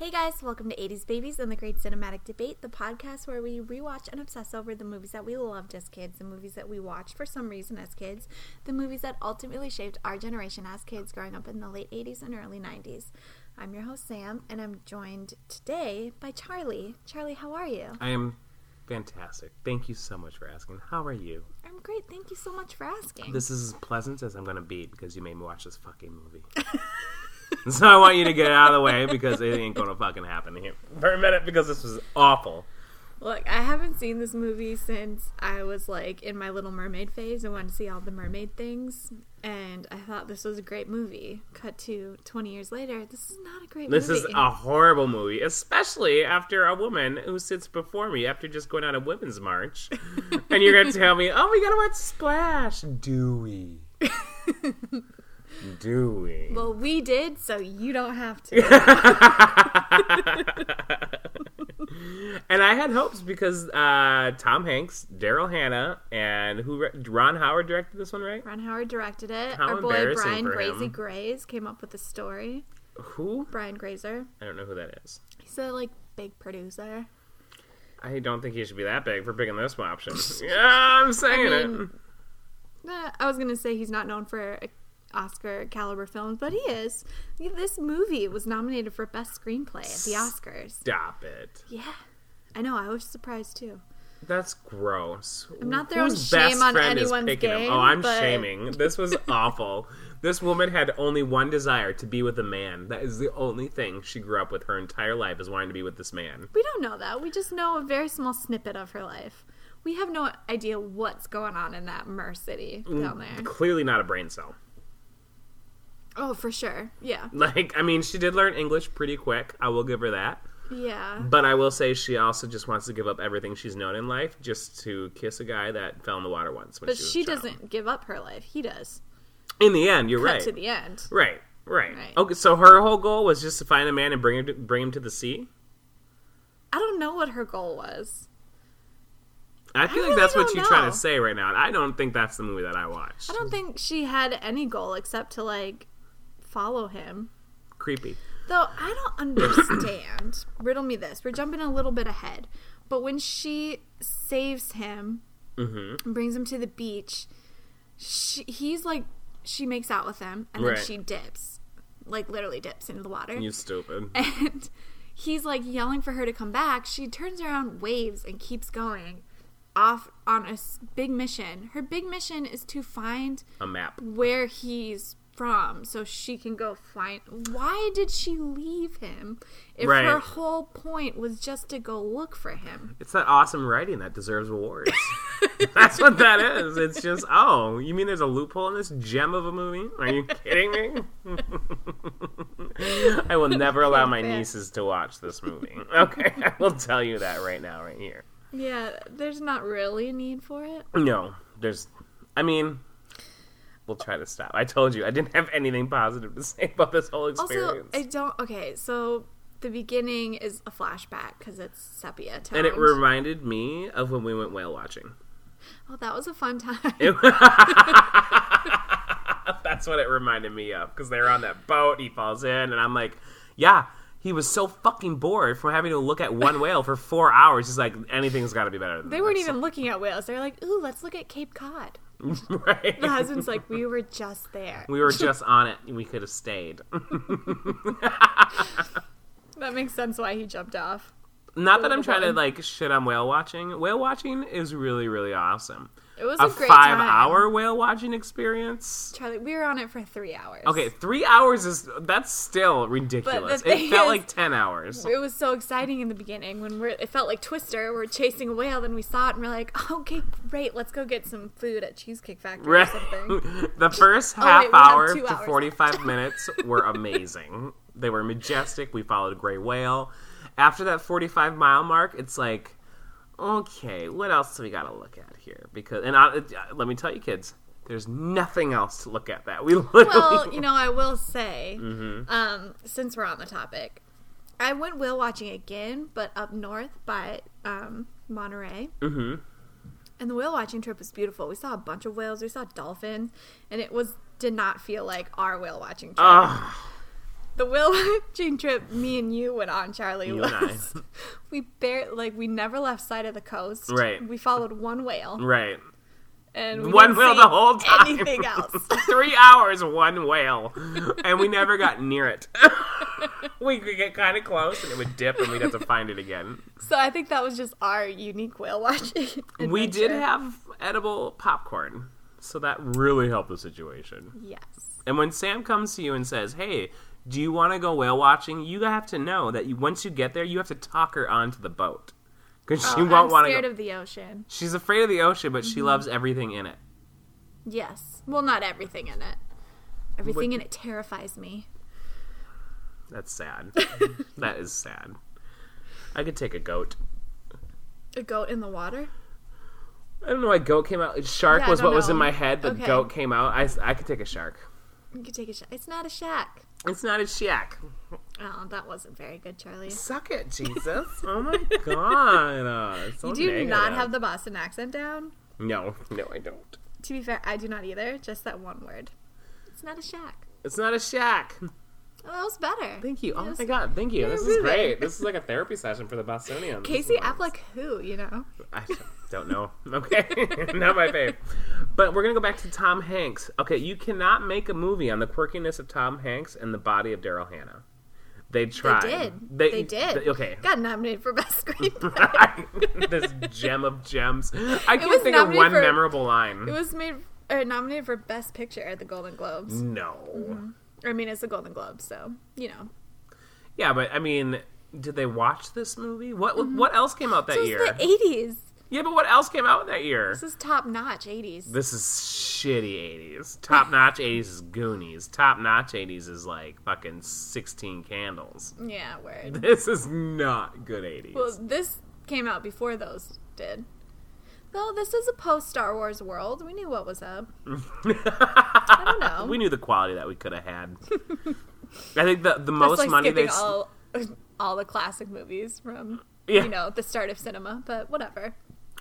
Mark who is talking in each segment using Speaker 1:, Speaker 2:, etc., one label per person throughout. Speaker 1: podcast. Welcome to 80s Babies and the Great Cinematic Debate, the podcast where we rewatch and obsess over the movies that we loved as kids, the movies that we watched for some reason as kids, the movies that ultimately shaped our generation as kids growing up in the late 80s and early 90s. I'm your host, Sam, and I'm joined today by Charlie. Charlie, how are you?
Speaker 2: I am fantastic. Thank you so much for asking. How are you?
Speaker 1: I'm great. Thank you so much for asking.
Speaker 2: This is as pleasant as I'm going to be because you made me watch this fucking movie. so I want you to get out of the way because it ain't going to fucking happen here for a minute because this was awful.
Speaker 1: Look, I haven't seen this movie since I was like in my Little Mermaid phase and wanted to see all the mermaid things. And I thought this was a great movie. Cut to 20 years later, this is not a great
Speaker 2: This
Speaker 1: movie.
Speaker 2: is a horrible movie, especially after a woman who sits before me after just going on a women's march. and you're going to tell me, oh, we got to watch Splash. Do we? Do we?
Speaker 1: well, we did, so you don't have to.
Speaker 2: And I had hopes because uh, Tom Hanks, Daryl Hannah, and who re- Ron Howard directed this one, right?
Speaker 1: Ron Howard directed it.
Speaker 2: How
Speaker 1: Our boy
Speaker 2: embarrassing
Speaker 1: Brian
Speaker 2: for
Speaker 1: Grazy
Speaker 2: him.
Speaker 1: Grays came up with the story.
Speaker 2: Who?
Speaker 1: Brian Grazer.
Speaker 2: I don't know who that is.
Speaker 1: He's a like big producer.
Speaker 2: I don't think he should be that big for picking this one option. yeah, I'm saying it.
Speaker 1: mean- Nah, Uh, I was gonna say he's not known for Oscar caliber films, but he is. This movie was nominated for best screenplay at the Oscars.
Speaker 2: Stop it.
Speaker 1: Yeah, I know. I was surprised too.
Speaker 2: That's gross. I'm
Speaker 1: not throwing shame on anyone's game,
Speaker 2: Oh, I'm
Speaker 1: but-
Speaker 2: shaming. This was awful. This woman had only one desire to be with a man. That is the only thing she grew up with her entire life is wanting to be with this man.
Speaker 1: We don't know that. We just know a very small snippet of her life. We have no idea what's going on in that Mer City down there.
Speaker 2: Clearly not a brain cell.
Speaker 1: Oh, for sure. Yeah,
Speaker 2: Like, I mean, she did learn English pretty quick. I will give her that.
Speaker 1: yeah.
Speaker 2: But I will say she also just wants to give up everything she's known in life just to kiss a guy that fell in the water once. When
Speaker 1: But
Speaker 2: she, was
Speaker 1: she
Speaker 2: a child.
Speaker 1: doesn't give up her life. He does.
Speaker 2: In the end, you're
Speaker 1: Cut
Speaker 2: right.
Speaker 1: to the end.
Speaker 2: right. Right.
Speaker 1: Right.
Speaker 2: Okay. So her whole goal was just to find a man and bring him to, bring him to the sea.
Speaker 1: I don't know what her goal was.
Speaker 2: I feel like
Speaker 1: really
Speaker 2: that's what
Speaker 1: don't
Speaker 2: you're trying
Speaker 1: know.
Speaker 2: to say right now. and I don't think that's the movie that I watched.
Speaker 1: I don't think she had any goal except to like follow him.
Speaker 2: Creepy.
Speaker 1: Though I don't understand. Riddle me this. We're jumping a little bit ahead. But when she saves him and brings him to the beach, she, he's like, she makes out with him and
Speaker 2: Right.
Speaker 1: then she dips. Like, literally dips into the water.
Speaker 2: You stupid.
Speaker 1: And he's like yelling for her to come back. She turns around, waves, and keeps going off on a s- big mission. Her big mission is to find
Speaker 2: a map.
Speaker 1: where he's from so she can go find why did she leave him if
Speaker 2: Right.
Speaker 1: her whole point was just to go look for him
Speaker 2: It's that awesome writing that deserves awards. That's what that is. It's just oh, you mean there's a loophole in this gem of a movie? Are you kidding me? I will never allow my
Speaker 1: Fair.
Speaker 2: nieces to watch this movie. Okay, I will tell you that right now, right here.
Speaker 1: yeah there's not really a need for it
Speaker 2: No, there's. I mean, we'll try to stop. I told you I didn't have anything positive to say about this whole
Speaker 1: also
Speaker 2: experience.
Speaker 1: i don't okay so the beginning is a flashback because it's sepia toned.
Speaker 2: and it reminded me of when we went whale watching.
Speaker 1: oh that was a fun time
Speaker 2: That's what it reminded me of because they were on that boat. He falls in, and I'm like, yeah, he was so fucking bored from having to look at one whale for four hours. He's like, anything's got to be better than
Speaker 1: they weren't even looking at whales they were like ooh let's look at cape cod
Speaker 2: even
Speaker 1: the
Speaker 2: right.
Speaker 1: husband's like we were just there
Speaker 2: We were just on it. We could have stayed.
Speaker 1: that makes sense why he jumped off
Speaker 2: Not that I'm trying to like shit on whale watching. Whale watching is really, really awesome.
Speaker 1: it was a,
Speaker 2: A,
Speaker 1: great
Speaker 2: five
Speaker 1: time.
Speaker 2: hour whale watching experience.
Speaker 1: Charlie, we were on it for three hours.
Speaker 2: Okay, three hours is that's still ridiculous. It
Speaker 1: thing
Speaker 2: felt
Speaker 1: is-
Speaker 2: like ten hours.
Speaker 1: It was so exciting in the beginning when we're. It felt like Twister. We're chasing a whale, then we saw it, and we're like, "Okay, great, let's go get some food at Cheesecake Factory or
Speaker 2: Right.
Speaker 1: something." Oh,
Speaker 2: the first
Speaker 1: wait,
Speaker 2: half
Speaker 1: we have
Speaker 2: hour
Speaker 1: two
Speaker 2: to
Speaker 1: hours
Speaker 2: 45 minutes were amazing. they were majestic. We followed a gray whale. After that 45 mile mark, it's like, okay, what else do we got to look at here? Because and I, uh, let me tell you, kids, there's nothing else to look at. That we literally
Speaker 1: Well, you know, I will say, um, since we're on the topic, I went whale watching again, but up north by um, Monterey. Mm-hmm. And the whale watching trip was beautiful. We saw a bunch of whales. We saw dolphins, and it was did not feel like our whale watching trip.
Speaker 2: Ugh.
Speaker 1: the Will Jane trip me and you went on, Charlie.
Speaker 2: You
Speaker 1: was,
Speaker 2: and I.
Speaker 1: We bare like we never left sight of the coast.
Speaker 2: Right.
Speaker 1: We followed one whale
Speaker 2: Right.
Speaker 1: and we
Speaker 2: one
Speaker 1: didn't
Speaker 2: whale
Speaker 1: see
Speaker 2: the whole time.
Speaker 1: Anything else?
Speaker 2: Three hours, one whale. And we never got near it. we could get kind of close and it would dip and we'd have to find it again.
Speaker 1: So I think that was just our unique whale watching.
Speaker 2: We did
Speaker 1: adventure.
Speaker 2: have edible popcorn. So that really helped the situation.
Speaker 1: yes.
Speaker 2: And when Sam comes to you and says, hey, do you want to go whale watching? You have to know that you, once you get there, you have to talk her onto the boat. Because she
Speaker 1: Oh, I'm
Speaker 2: won't want to
Speaker 1: scared
Speaker 2: go.
Speaker 1: of Mm-hmm. the ocean.
Speaker 2: She's afraid of the ocean, but she loves everything in it.
Speaker 1: Yes. Well, not everything in it. Everything
Speaker 2: What-
Speaker 1: in it terrifies me.
Speaker 2: That's sad. that is sad. I could take a goat.
Speaker 1: A goat in the water.
Speaker 2: I don't know why goat came out. Shark
Speaker 1: Yeah, I
Speaker 2: was
Speaker 1: don't
Speaker 2: what was in
Speaker 1: know.
Speaker 2: my head, but
Speaker 1: Okay.
Speaker 2: goat came out. I, I could take a shark.
Speaker 1: You could take a shot. It's not a shack.
Speaker 2: It's not a shack.
Speaker 1: Oh, that wasn't very good, Charlie.
Speaker 2: Suck it, Jesus. oh my god. Uh, so
Speaker 1: You do
Speaker 2: negative.
Speaker 1: not have the Boston accent down.
Speaker 2: No, no, I don't.
Speaker 1: To be fair, I do not either. Just that one word. It's not a shack.
Speaker 2: It's not a shack.
Speaker 1: Oh, that was better.
Speaker 2: Thank you. Oh
Speaker 1: Yes.
Speaker 2: my god. Thank you. This is
Speaker 1: rude.
Speaker 2: great. This is like a therapy session for the Bostonians.
Speaker 1: Casey
Speaker 2: This is nice.
Speaker 1: Affleck, who you know?
Speaker 2: I don't know. Okay, not my fave. But we're gonna go back to Tom Hanks. Okay, you cannot make a movie on the quirkiness of Tom Hanks and the body of Daryl Hannah. They tried.
Speaker 1: They did. They, did.
Speaker 2: okay.
Speaker 1: Got nominated for best screenplay.
Speaker 2: this gem of gems. I
Speaker 1: was
Speaker 2: can't think of
Speaker 1: nominated
Speaker 2: one
Speaker 1: for-
Speaker 2: memorable line.
Speaker 1: it was made or nominated for best picture at the Golden Globes.
Speaker 2: No. Mm.
Speaker 1: I mean, it's the Golden Globes, so you know.
Speaker 2: Yeah, but I mean, did they watch this movie? What What else came out that
Speaker 1: This
Speaker 2: year?
Speaker 1: was Mm-hmm. the '80s.
Speaker 2: yeah, but what else came out that year?
Speaker 1: This is top notch '80s.
Speaker 2: This is shitty 80s. Top notch 80s is Goonies. Top notch 80s is like fucking 16 candles.
Speaker 1: yeah, word.
Speaker 2: This is not good 80s.
Speaker 1: Well, this came out before those did. Though this is a post Star Wars world, we knew what was up. I don't know.
Speaker 2: we knew the quality that we could have had. I think the, the
Speaker 1: That's
Speaker 2: most
Speaker 1: like
Speaker 2: money
Speaker 1: skipping
Speaker 2: they. s-
Speaker 1: all all the classic movies from
Speaker 2: Yeah.
Speaker 1: you know the start of cinema, but whatever.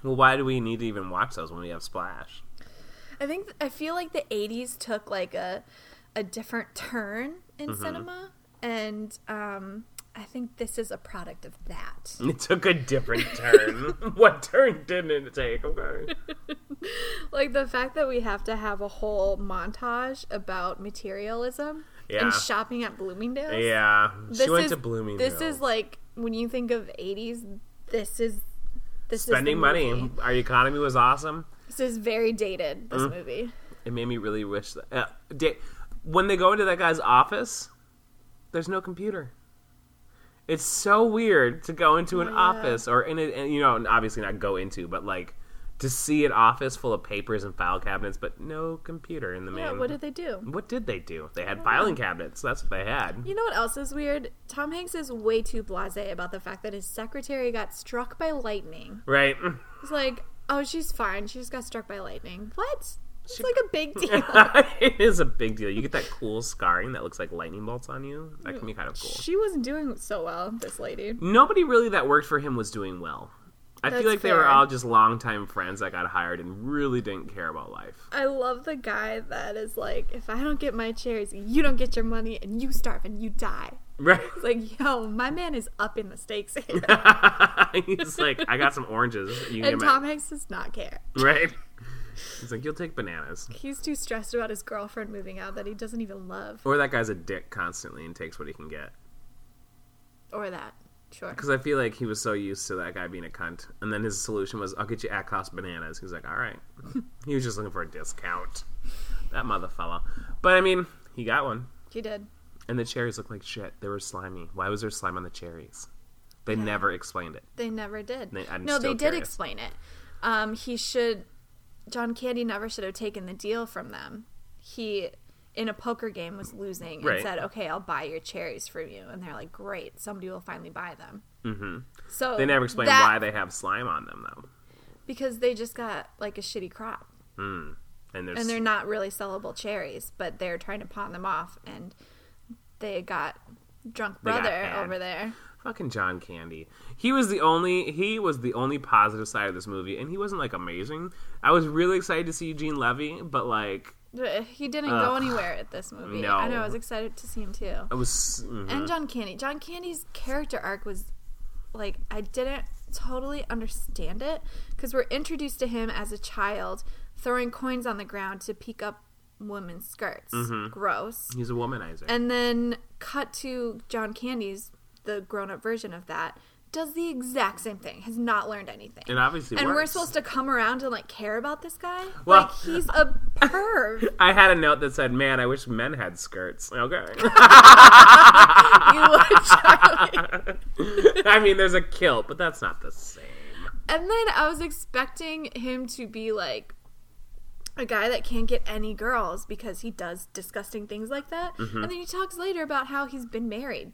Speaker 2: Well, why do we need to even watch those when we have Splash?
Speaker 1: I think I feel like the '80s took like a a different turn in
Speaker 2: Mm-hmm.
Speaker 1: cinema, and um, I think this is a product of that.
Speaker 2: It took a different turn. what turn didn't it take? Okay.
Speaker 1: Like the fact that we have to have a whole montage about materialism
Speaker 2: Yeah.
Speaker 1: and shopping at Bloomingdale's.
Speaker 2: Yeah.
Speaker 1: This
Speaker 2: she went
Speaker 1: is-
Speaker 2: to Bloomingdale's.
Speaker 1: This is like when you think of '80s. This is this is
Speaker 2: Spending
Speaker 1: the
Speaker 2: money.
Speaker 1: movie.
Speaker 2: Our economy was awesome.
Speaker 1: This is very dated.
Speaker 2: Mm-hmm.
Speaker 1: This movie.
Speaker 2: It made me really wish that uh, da- when they go into that guy's office, there's no computer. It's so weird to go into an office or in it, and, you know, and obviously not go into, but like to see an office full of papers and file cabinets, but no computer in the
Speaker 1: Yeah,
Speaker 2: main.
Speaker 1: what did they do?
Speaker 2: What did they do? They had filing cabinets. That's what they had.
Speaker 1: You know what else is weird? Tom Hanks is way too blasé about the fact that his secretary got struck by lightning.
Speaker 2: Right.
Speaker 1: It's like, oh, she's fine. She just got struck by lightning. What? It's like a big deal.
Speaker 2: it is a big deal. You get that cool scarring that looks like lightning bolts on you. That can be kind of cool.
Speaker 1: she wasn't doing so well, this lady.
Speaker 2: nobody really that worked for him was doing well. I
Speaker 1: That's
Speaker 2: feel like they were
Speaker 1: fair.
Speaker 2: all just longtime friends that got hired and really didn't care about life.
Speaker 1: I love the guy that is like, if I don't get my chairs, you don't get your money, and you starve and you die.
Speaker 2: Right?
Speaker 1: It's like, yo, my man is up in the stakes here.
Speaker 2: He's like, I got some oranges. You can
Speaker 1: and
Speaker 2: get
Speaker 1: Tom Hanks does not care.
Speaker 2: my-" right? He's like, you'll take bananas.
Speaker 1: He's too stressed about his girlfriend moving out that he doesn't even love.
Speaker 2: Or that guy's a dick constantly and takes what he can get.
Speaker 1: Or that. Sure.
Speaker 2: Because I feel like he was so used to that guy being a cunt. And then his solution was, I'll get you at cost bananas. He's like, all right. he was just looking for a discount. That motherfella. But I mean, he got one.
Speaker 1: He did.
Speaker 2: And the cherries looked like shit. They were slimy. Why was there slime on the cherries? They never explained it.
Speaker 1: They never did.
Speaker 2: They- I'm
Speaker 1: no, they
Speaker 2: still
Speaker 1: did
Speaker 2: curious.
Speaker 1: explain it. Um, he should. John Candy never should have taken the deal from them. He, in a poker game, was losing and
Speaker 2: Right.
Speaker 1: said, "Okay, I'll buy your cherries from you." And they're like, "Great, somebody will finally buy them." Mm-hmm. So
Speaker 2: They never explained
Speaker 1: that-
Speaker 2: why they have slime on them though.
Speaker 1: because they just got like a shitty crop
Speaker 2: And there's
Speaker 1: and they're not really sellable cherries, but they're trying to pawn them off, and they got drunk
Speaker 2: They got
Speaker 1: brother
Speaker 2: had.
Speaker 1: over there.
Speaker 2: fucking John Candy. He was the only he was the only positive side of this movie and he wasn't like amazing. I was really excited to see Eugene Levy, but like
Speaker 1: But He didn't go
Speaker 2: Ugh.
Speaker 1: anywhere at this movie.
Speaker 2: No.
Speaker 1: I know. I was excited to see him too.
Speaker 2: I was. mhm.
Speaker 1: And John Candy. John Candy's character arc was like I didn't totally understand it because we're introduced to him as a child throwing coins on the ground to pick up women's skirts.
Speaker 2: Mm-hmm.
Speaker 1: Gross.
Speaker 2: He's a womanizer.
Speaker 1: And then cut to John Candy's the grown up version of that does the exact same thing. Has not learned anything.
Speaker 2: it obviously
Speaker 1: and
Speaker 2: works.
Speaker 1: we're supposed to come around and like care about this guy?
Speaker 2: Well-
Speaker 1: like he's a perv.
Speaker 2: I had a note that said, "Man, I wish men had skirts." Okay.
Speaker 1: you would, Charlie.
Speaker 2: I mean, there's a kilt, but that's not the same.
Speaker 1: And then I was expecting him to be like a guy that can't get any girls because he does disgusting things like that.
Speaker 2: Mm-hmm.
Speaker 1: And then he talks later about how he's been married.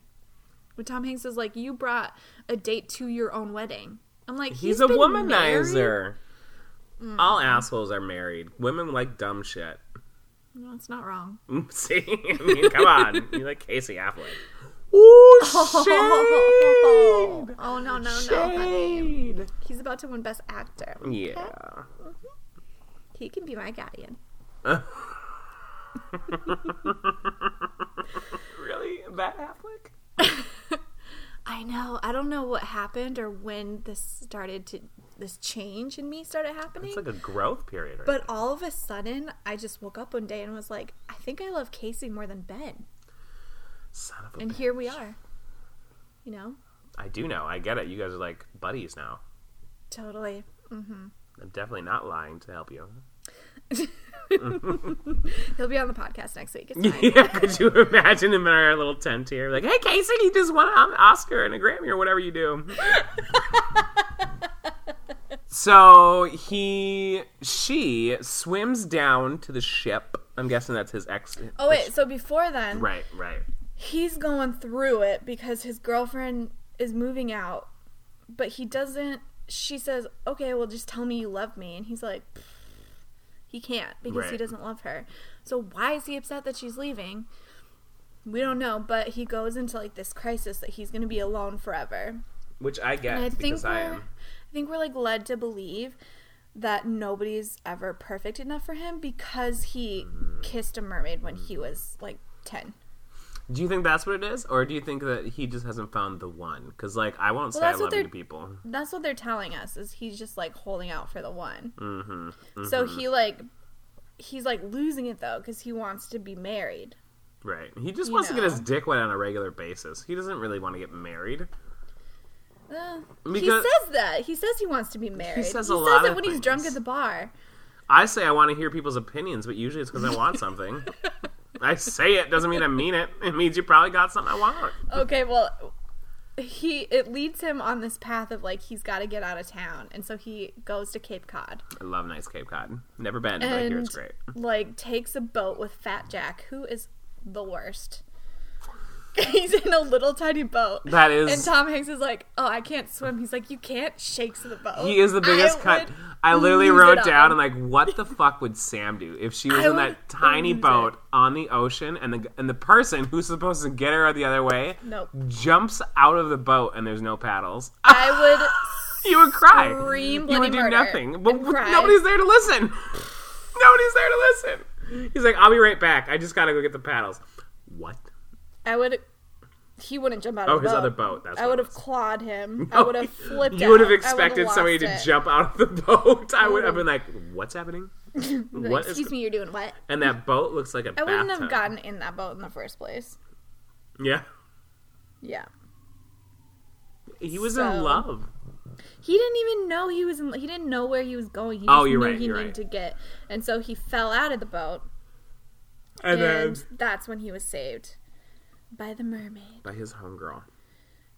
Speaker 1: When Tom Hanks is like, "You brought a date to your own wedding." I'm like, "He's,
Speaker 2: He's, a
Speaker 1: been married?" Mm.
Speaker 2: womanizer. All assholes are married. Women like dumb shit.
Speaker 1: No, it's not wrong.
Speaker 2: See, I mean, come on, you like Casey Affleck. Ooh, shade,
Speaker 1: Oh no, no, no! honey.
Speaker 2: shade.
Speaker 1: He's about to win Best Actor.
Speaker 2: Yeah,
Speaker 1: He can be my guardian.
Speaker 2: really, that Affleck?
Speaker 1: I know. I don't know what happened or when this started to this change in me started happening.
Speaker 2: It's like a growth period, right?
Speaker 1: But all of a sudden, I just woke up one day and was like, I think I love Casey more than Ben.
Speaker 2: Son of a
Speaker 1: And
Speaker 2: bitch.
Speaker 1: here we are. You know?
Speaker 2: I do know. I get it. You guys are like buddies now.
Speaker 1: Totally.
Speaker 2: I'm definitely not lying to help you.
Speaker 1: He'll be on the podcast next week. It's fine.
Speaker 2: Yeah, could you imagine him in our little tent here? Like, hey, Casey, you just won an Oscar and a Grammy or whatever you do. so he, she swims down to the ship. I'm guessing that's his ex.
Speaker 1: oh, wait. So before then,
Speaker 2: Right, right.
Speaker 1: he's going through it because his girlfriend is moving out, but he doesn't. She says, Okay, well, just tell me you love me. And he's like, "Pfft." He can't because he
Speaker 2: Right.
Speaker 1: doesn't love her. So why is he upset that she's leaving? We don't know, but he goes into like this crisis that he's going to be alone forever.
Speaker 2: Which I get
Speaker 1: And I think
Speaker 2: because
Speaker 1: we're,
Speaker 2: I
Speaker 1: I,
Speaker 2: am.
Speaker 1: think we're like led to believe that nobody's ever perfect enough for him because he
Speaker 2: Mm-hmm.
Speaker 1: kissed a mermaid when he was like 10.
Speaker 2: Do you think that's what it is? Or do you think that he just hasn't found the one? Because, like, I won't say I
Speaker 1: that's what
Speaker 2: love you
Speaker 1: they're-
Speaker 2: to people.
Speaker 1: that's what they're telling us is he's just like holding out for the one
Speaker 2: Mm-hmm.
Speaker 1: so he like he's like losing it though because he wants to be married
Speaker 2: Right. He just
Speaker 1: You
Speaker 2: wants to
Speaker 1: know.
Speaker 2: get his dick wet on a regular basis. He doesn't really want to get married.
Speaker 1: Uh, he
Speaker 2: Because-
Speaker 1: says that he says he wants to be married he
Speaker 2: says a lot
Speaker 1: it
Speaker 2: of
Speaker 1: when he's drunk
Speaker 2: things.
Speaker 1: at the bar
Speaker 2: I say I want to hear people's opinions, but usually it's because I want something. I say it doesn't mean I mean it. It means you probably got something I want.
Speaker 1: okay well he it leads him on this path of like he's got to get out of town and so he goes to cape cod
Speaker 2: I love nice Cape Cod. Never been, but I hear
Speaker 1: and
Speaker 2: it's great.
Speaker 1: like takes a boat with fat jack who is the worst he's in a little tiny boat
Speaker 2: That
Speaker 1: And
Speaker 2: is.
Speaker 1: Tom Hanks is like, "Oh, I can't swim." He's like, "You can't shake to the boat."
Speaker 2: He is the biggest
Speaker 1: I
Speaker 2: cut.
Speaker 1: would-
Speaker 2: I literally
Speaker 1: lose it
Speaker 2: wrote
Speaker 1: on
Speaker 2: down, I'm
Speaker 1: him.
Speaker 2: like, what the fuck would Sam do if she was
Speaker 1: I
Speaker 2: in
Speaker 1: would
Speaker 2: that tiny
Speaker 1: lose
Speaker 2: boat
Speaker 1: it.
Speaker 2: on the ocean and the and the person who's supposed to get her the other way
Speaker 1: Nope.
Speaker 2: jumps out of the boat and there's no paddles?
Speaker 1: I
Speaker 2: You would cry.
Speaker 1: Scream
Speaker 2: you
Speaker 1: bloody
Speaker 2: would do
Speaker 1: murder
Speaker 2: nothing. But
Speaker 1: and cry.
Speaker 2: nobody's there to listen. nobody's there to listen. He's like, I'll be right back. I just gotta go get the paddles. What?
Speaker 1: would, I would. He wouldn't jump out.
Speaker 2: Oh,
Speaker 1: of the
Speaker 2: his
Speaker 1: boat.
Speaker 2: other boat. That's
Speaker 1: I
Speaker 2: what
Speaker 1: would
Speaker 2: it
Speaker 1: have clawed him. I would have flipped.
Speaker 2: You would have
Speaker 1: out. I would've
Speaker 2: expected
Speaker 1: lost
Speaker 2: somebody to
Speaker 1: it. Mm-hmm.
Speaker 2: jump out of the boat. I would have been like, What's happening?
Speaker 1: Like,
Speaker 2: what is
Speaker 1: Excuse me, you're doing what?
Speaker 2: and that boat looks like a
Speaker 1: I
Speaker 2: bathtub.
Speaker 1: wouldn't have gotten in that boat in the first place.
Speaker 2: Yeah.
Speaker 1: Yeah,
Speaker 2: He was
Speaker 1: So-
Speaker 2: in love.
Speaker 1: he didn't even know he was. In, he didn't know where he was going. He
Speaker 2: Oh,
Speaker 1: just
Speaker 2: you're
Speaker 1: knew
Speaker 2: right,
Speaker 1: He
Speaker 2: you're
Speaker 1: needed
Speaker 2: right.
Speaker 1: to get, and so he fell out of the boat,
Speaker 2: And,
Speaker 1: and
Speaker 2: then
Speaker 1: that's when he was saved by the mermaid.
Speaker 2: by his homegirl.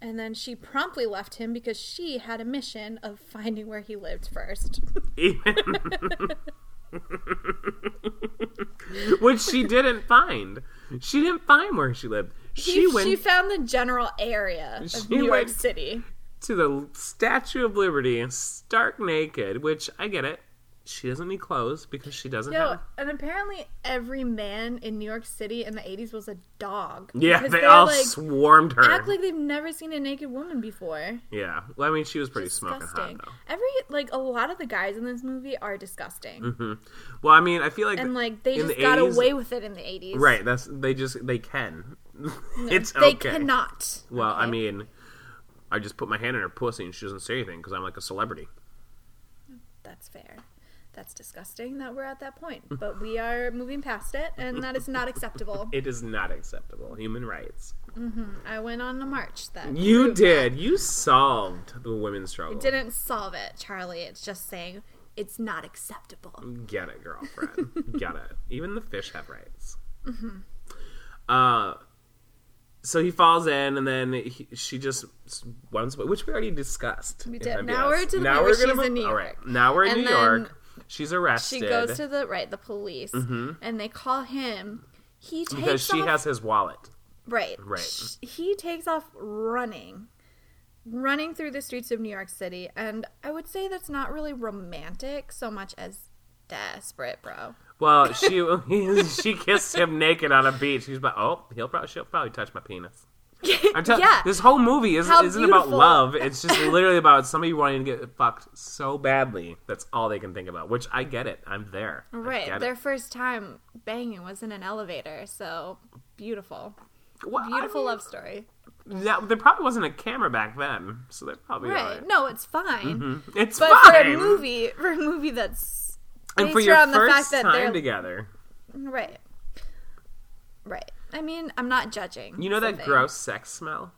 Speaker 1: And then she promptly left him because she had a mission of finding where he lived first.
Speaker 2: Even Which she didn't find. She didn't find where she lived. She
Speaker 1: She,
Speaker 2: went
Speaker 1: she found the general area of
Speaker 2: She
Speaker 1: New
Speaker 2: went-
Speaker 1: York City.
Speaker 2: to the Statue of Liberty stark naked, which I get it. she doesn't need clothes because she doesn't
Speaker 1: No,
Speaker 2: have.
Speaker 1: and apparently every man in New York City in the 80s was a dog.
Speaker 2: Yeah,
Speaker 1: Because
Speaker 2: they
Speaker 1: they're
Speaker 2: all
Speaker 1: like,
Speaker 2: swarmed her.
Speaker 1: act like they've never seen a naked woman before.
Speaker 2: yeah, well, I mean, she was pretty smoking
Speaker 1: Disgusting.
Speaker 2: hot
Speaker 1: Every like a lot of the guys in this movie are disgusting,
Speaker 2: though. hmm Well, I mean, I feel like
Speaker 1: and like they
Speaker 2: in
Speaker 1: just
Speaker 2: the
Speaker 1: got
Speaker 2: 80s
Speaker 1: away with it in the 80s.
Speaker 2: right. That's they just they can. it's
Speaker 1: They
Speaker 2: okay.
Speaker 1: cannot.
Speaker 2: Well, I
Speaker 1: Okay.
Speaker 2: mean, I just put my hand in her pussy and she doesn't say anything because I'm like a celebrity.
Speaker 1: That's fair. That's disgusting that we're at that point. But we are moving past it, and that is not acceptable.
Speaker 2: It is not acceptable. Human rights.
Speaker 1: I went on a march then.
Speaker 2: You did. You solved the women's struggle.
Speaker 1: Didn't solve it, Charlie. It's just saying it's not acceptable.
Speaker 2: Get it, girlfriend. Get it. Even the fish have rights.
Speaker 1: Mm-hmm.
Speaker 2: Uh, so he falls in, and then he, she just runs away, which we already discussed.
Speaker 1: We
Speaker 2: in
Speaker 1: did.
Speaker 2: MBS.
Speaker 1: Now we're to the point where
Speaker 2: gonna
Speaker 1: she's
Speaker 2: move-
Speaker 1: in New
Speaker 2: All right.
Speaker 1: York.
Speaker 2: Now we're in
Speaker 1: And
Speaker 2: New
Speaker 1: then
Speaker 2: York. She's arrested
Speaker 1: She goes to the right, the police, and they call him. He takes
Speaker 2: Mm-hmm. because she
Speaker 1: off,
Speaker 2: has his wallet.
Speaker 1: right,
Speaker 2: Right.
Speaker 1: Sh- He takes off running, running through the streets of New York City, and I would say that's not really romantic so much as desperate, bro.
Speaker 2: Well, she she kissed him naked on a beach. She's like, oh, he'll probably she'll probably touch my penis. I'm tell-
Speaker 1: yeah,
Speaker 2: This whole movie isn't,
Speaker 1: How
Speaker 2: isn't about
Speaker 1: beautiful.
Speaker 2: love. It's just literally about somebody wanting to get fucked so badly. That's all they can think about. Which I get it. I'm there. I get
Speaker 1: right.
Speaker 2: it.
Speaker 1: Their first time banging was in an elevator, so beautiful,
Speaker 2: Well, I
Speaker 1: beautiful
Speaker 2: mean,
Speaker 1: love story.
Speaker 2: that- there probably wasn't a camera back then, so they're probably all
Speaker 1: Right?
Speaker 2: right.
Speaker 1: No, it's fine.
Speaker 2: It's
Speaker 1: But
Speaker 2: Mm-hmm. fine.
Speaker 1: for a movie, for a movie that's
Speaker 2: and for
Speaker 1: based
Speaker 2: your
Speaker 1: around the fact
Speaker 2: first
Speaker 1: that
Speaker 2: time
Speaker 1: they're
Speaker 2: together,
Speaker 1: Right. Right. I mean, I'm not judging.
Speaker 2: you know that
Speaker 1: something.
Speaker 2: gross sex smell.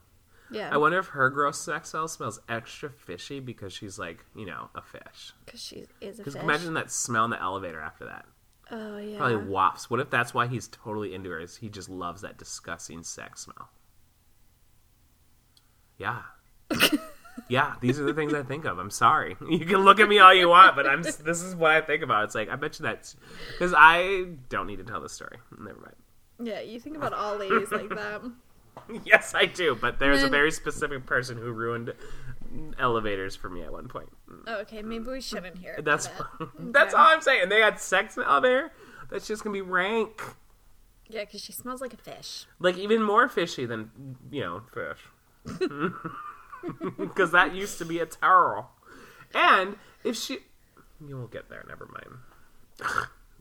Speaker 1: Yeah.
Speaker 2: I wonder if her gross sex smell smells extra fishy because she's like, you know, a fish.
Speaker 1: Because she is a fish.
Speaker 2: Because imagine that smell in the elevator after that.
Speaker 1: oh yeah.
Speaker 2: Probably wafts. What if that's why he's totally into her? Is he just loves that disgusting sex smell? Yeah. yeah, these are the things I think of. I'm sorry. You can look at me all you want, but I'm. This is what I think about. It's like I bet you that's because I don't need to tell this story. Never mind.
Speaker 1: Yeah, you think about all ladies like that.
Speaker 2: Yes, I do, but there's a
Speaker 1: Then-
Speaker 2: very specific person who ruined elevators for me at one point.
Speaker 1: Oh, okay, maybe we shouldn't hear. About
Speaker 2: That's
Speaker 1: it.
Speaker 2: that's
Speaker 1: Okay.
Speaker 2: all I'm saying. They had sex in the elevator. That's just gonna be rank.
Speaker 1: Yeah, because she smells like a fish.
Speaker 2: like even more fishy than you know fish because that used to be a towel and if she you will get there never mind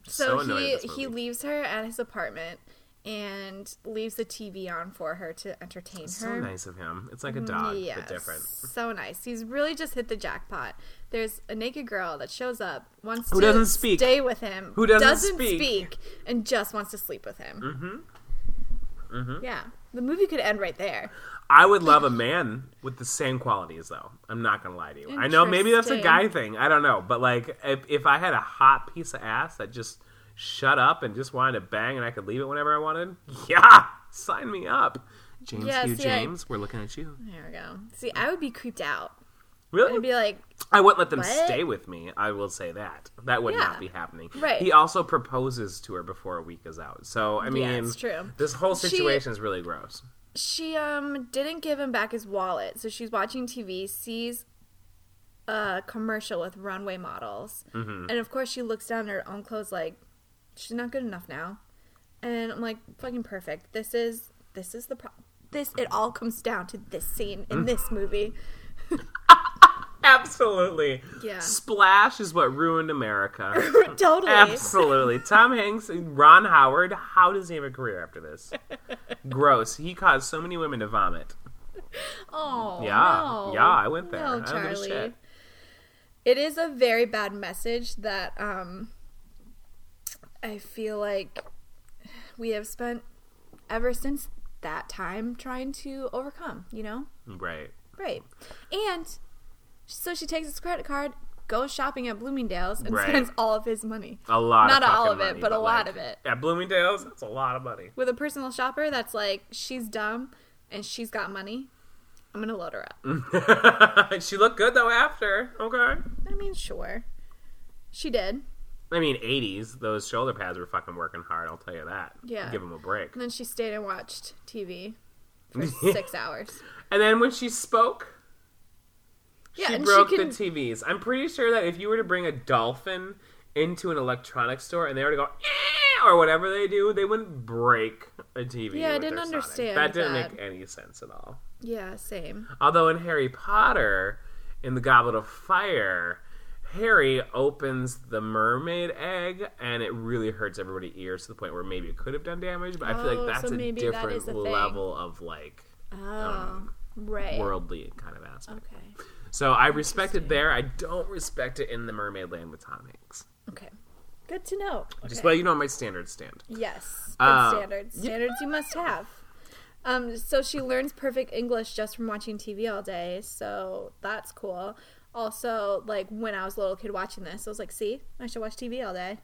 Speaker 1: So,
Speaker 2: annoyed
Speaker 1: he
Speaker 2: at this
Speaker 1: he
Speaker 2: movie.
Speaker 1: leaves her at his apartment and leaves the TV on for her to entertain
Speaker 2: so
Speaker 1: her.
Speaker 2: nice of him it's like a dog but different
Speaker 1: So nice. He's really just hit the jackpot. There's a naked girl that shows up, wants
Speaker 2: Who
Speaker 1: to
Speaker 2: doesn't speak.
Speaker 1: stay with him,
Speaker 2: Who doesn't speak.
Speaker 1: and just wants to sleep with him. Mm-hmm. Mm-hmm. Yeah, the movie could end right there.
Speaker 2: i would love a man with the same qualities though i'm not gonna lie to you i know maybe that's a guy thing i don't know but like if, if i had a hot piece of ass that just shut up and just wanted to bang and i could leave it whenever i wanted yeah sign me up james
Speaker 1: Yeah,
Speaker 2: hugh
Speaker 1: see, I-
Speaker 2: james we're looking at you
Speaker 1: There we go. See, I would be creeped out.
Speaker 2: really
Speaker 1: I'd be like,
Speaker 2: I wouldn't let them
Speaker 1: What?
Speaker 2: stay with me. I will say that. That would
Speaker 1: Yeah.
Speaker 2: not be happening.
Speaker 1: Right.
Speaker 2: He also proposes to her before a week is out. So I mean,
Speaker 1: it's true.
Speaker 2: this whole
Speaker 1: She-
Speaker 2: situation is really gross.
Speaker 1: she um didn't give him back his wallet, so she's watching TV, sees a commercial with runway models, and of course she looks down at her own clothes like she's not good enough now. And I'm like, fucking perfect. This is this is the pro- this. It all comes down to this scene in this movie.
Speaker 2: Absolutely.
Speaker 1: Yeah.
Speaker 2: Splash is what ruined America.
Speaker 1: totally.
Speaker 2: Absolutely. Tom Hanks, Ron Howard. How does he have a career after this? Gross. He caused so many women to vomit.
Speaker 1: Oh
Speaker 2: Yeah.
Speaker 1: no.
Speaker 2: Yeah, I went there.
Speaker 1: No,
Speaker 2: I don't give a
Speaker 1: Charlie.
Speaker 2: shit.
Speaker 1: It is a very bad message that um I feel like we have spent ever since that time trying to overcome, you know?
Speaker 2: Right.
Speaker 1: Right. And so she takes his credit card, goes shopping at Bloomingdale's and
Speaker 2: Right. Oh.
Speaker 1: spends all of his money.
Speaker 2: A lot.
Speaker 1: Not
Speaker 2: of
Speaker 1: all
Speaker 2: fucking
Speaker 1: of it,
Speaker 2: money,
Speaker 1: but a lot
Speaker 2: like,
Speaker 1: of it.
Speaker 2: At Bloomingdale's, that's a lot of money.
Speaker 1: With a personal shopper that's like she's dumb and she's got money. I'm going to load her up.
Speaker 2: Mm. she looked good though after. Okay.
Speaker 1: I mean, sure. She did.
Speaker 2: I mean, 80s, those shoulder pads were fucking working hard, I'll tell you that.
Speaker 1: Yeah.
Speaker 2: Give them a break.
Speaker 1: And then she stayed and watched TV for six hours.
Speaker 2: And then when she spoke,
Speaker 1: Yeah,
Speaker 2: she
Speaker 1: and
Speaker 2: broke
Speaker 1: she can.
Speaker 2: the TVs. I'm pretty sure that if you were to bring a dolphin into an electronics store and they already go "Eh," or whatever they do, they wouldn't break a TV.
Speaker 1: Yeah, I
Speaker 2: with
Speaker 1: didn't
Speaker 2: their Sonic.
Speaker 1: understand
Speaker 2: That didn't
Speaker 1: that.
Speaker 2: make any sense at all.
Speaker 1: Yeah, same.
Speaker 2: Although in Harry Potter, in the Goblet of Fire, Harry opens the mermaid egg and it really hurts everybody's ears to the point where maybe it could have done damage. But I feel
Speaker 1: Oh,
Speaker 2: like that's
Speaker 1: so
Speaker 2: a
Speaker 1: maybe that
Speaker 2: different
Speaker 1: is a thing.
Speaker 2: level of like
Speaker 1: Oh, right.
Speaker 2: worldly kind of aspect.
Speaker 1: Okay.
Speaker 2: So I respect it there. I don't respect it in the Mermaid Land with Tom Hanks.
Speaker 1: Okay. Good to know.
Speaker 2: Just
Speaker 1: Okay.
Speaker 2: let you know my standards stand.
Speaker 1: Yes. Good
Speaker 2: Uh,
Speaker 1: standards. Standards you must have. Um, so she learns perfect English just from watching TV all day, so that's cool. Also, like when I was a little kid watching this, I was like, see, I should watch TV all day.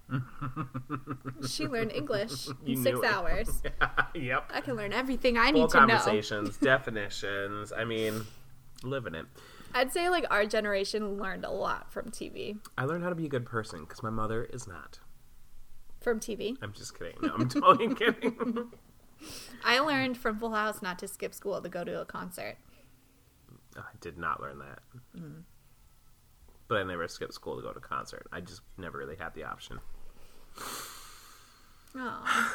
Speaker 1: she learned English
Speaker 2: You
Speaker 1: in six
Speaker 2: knew it.
Speaker 1: hours.
Speaker 2: yep.
Speaker 1: I can learn everything I
Speaker 2: Full
Speaker 1: need to know.
Speaker 2: conversations, definitions. I mean, living it.
Speaker 1: I'd say like our generation learned a lot from TV.
Speaker 2: I learned how to be a good person because my mother is not.
Speaker 1: From TV.
Speaker 2: I'm just kidding. No, I'm totally kidding.
Speaker 1: I learned from Full House not to skip school to go to a concert.
Speaker 2: I did not learn that.
Speaker 1: Mm.
Speaker 2: But I never skipped school to go to concert. I just never really had the option.
Speaker 1: Oh,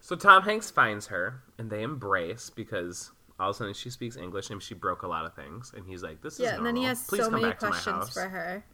Speaker 2: So Tom Hanks finds her, and they embrace because all of a sudden she speaks English, and she broke a lot of things, and he's like, "This is
Speaker 1: yeah. And then he
Speaker 2: normal.
Speaker 1: has
Speaker 2: Please
Speaker 1: so
Speaker 2: come
Speaker 1: many
Speaker 2: back to my
Speaker 1: questions
Speaker 2: house."
Speaker 1: for her.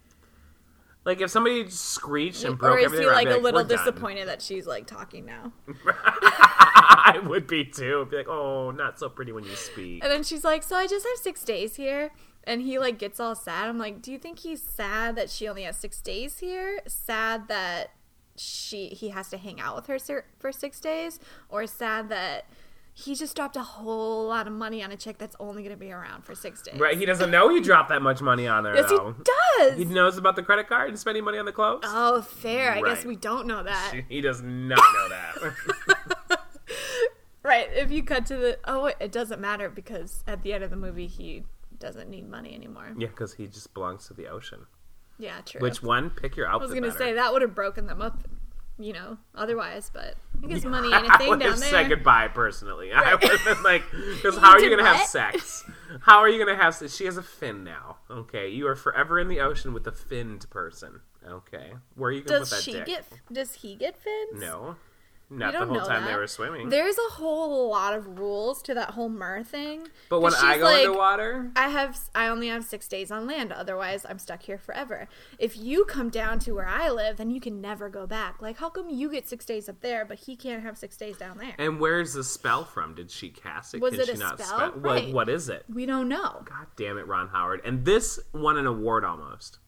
Speaker 2: Like if somebody screeched and broke
Speaker 1: or is
Speaker 2: everything,
Speaker 1: he
Speaker 2: around,
Speaker 1: like
Speaker 2: I'd
Speaker 1: a
Speaker 2: be
Speaker 1: little
Speaker 2: "We're done."
Speaker 1: disappointed that she's like talking now?
Speaker 2: I would be too. I'd be like, "Oh, not so pretty when you speak."
Speaker 1: And then she's like, "So I just have six days here," and he like gets all sad. I'm like, "Do you think he's sad that she only has six days here? Sad that she he has to hang out with her ser- for six days, or sad that?" He just dropped a whole lot of money on a chick that's only going to be around for six days.
Speaker 2: Right? He doesn't know he dropped that much money on her.
Speaker 1: Yes, he
Speaker 2: though.
Speaker 1: does.
Speaker 2: He knows about the credit card and spending money on the clothes.
Speaker 1: Oh, fair. I guess
Speaker 2: Right.
Speaker 1: we don't know that.
Speaker 2: She- he does not know that.
Speaker 1: Right. If you cut to the. Oh, wait, it doesn't matter because at the end of the movie, he doesn't need money anymore.
Speaker 2: yeah, because he just belongs to the ocean.
Speaker 1: Yeah, true.
Speaker 2: Which one? Pick your outfit.
Speaker 1: I was going to
Speaker 2: better.
Speaker 1: say that would have broken them up, you know, otherwise, but I guess money ain't a
Speaker 2: I
Speaker 1: thing
Speaker 2: would have
Speaker 1: down there.
Speaker 2: said goodbye personally. I would have been like, because how are you
Speaker 1: did
Speaker 2: going to have
Speaker 1: what?
Speaker 2: sex? How are you going to have sex? She has a fin now. Okay. You are forever in the ocean with a finned person. Okay. Where are you going
Speaker 1: Does
Speaker 2: to put that
Speaker 1: she
Speaker 2: dick?
Speaker 1: get. Does he get fins?
Speaker 2: No.
Speaker 1: We
Speaker 2: Not the
Speaker 1: don't
Speaker 2: whole
Speaker 1: know
Speaker 2: time
Speaker 1: that.
Speaker 2: they were swimming.
Speaker 1: There's a whole lot of rules to that whole mer thing.
Speaker 2: but when
Speaker 1: 'Cause
Speaker 2: I
Speaker 1: she's
Speaker 2: go
Speaker 1: like,
Speaker 2: underwater,
Speaker 1: I have I only have six days on land, otherwise I'm stuck here forever. If you come down to where I live, then you can never go back. Like how come you get six days up there, but he can't have six days down there?
Speaker 2: and where's the spell from? Did she cast it?
Speaker 1: Was
Speaker 2: Did
Speaker 1: it
Speaker 2: she
Speaker 1: a
Speaker 2: not
Speaker 1: spell?
Speaker 2: Spell? What-
Speaker 1: Right.
Speaker 2: what is it?
Speaker 1: We don't know.
Speaker 2: God damn it, Ron Howard. And this won an award almost.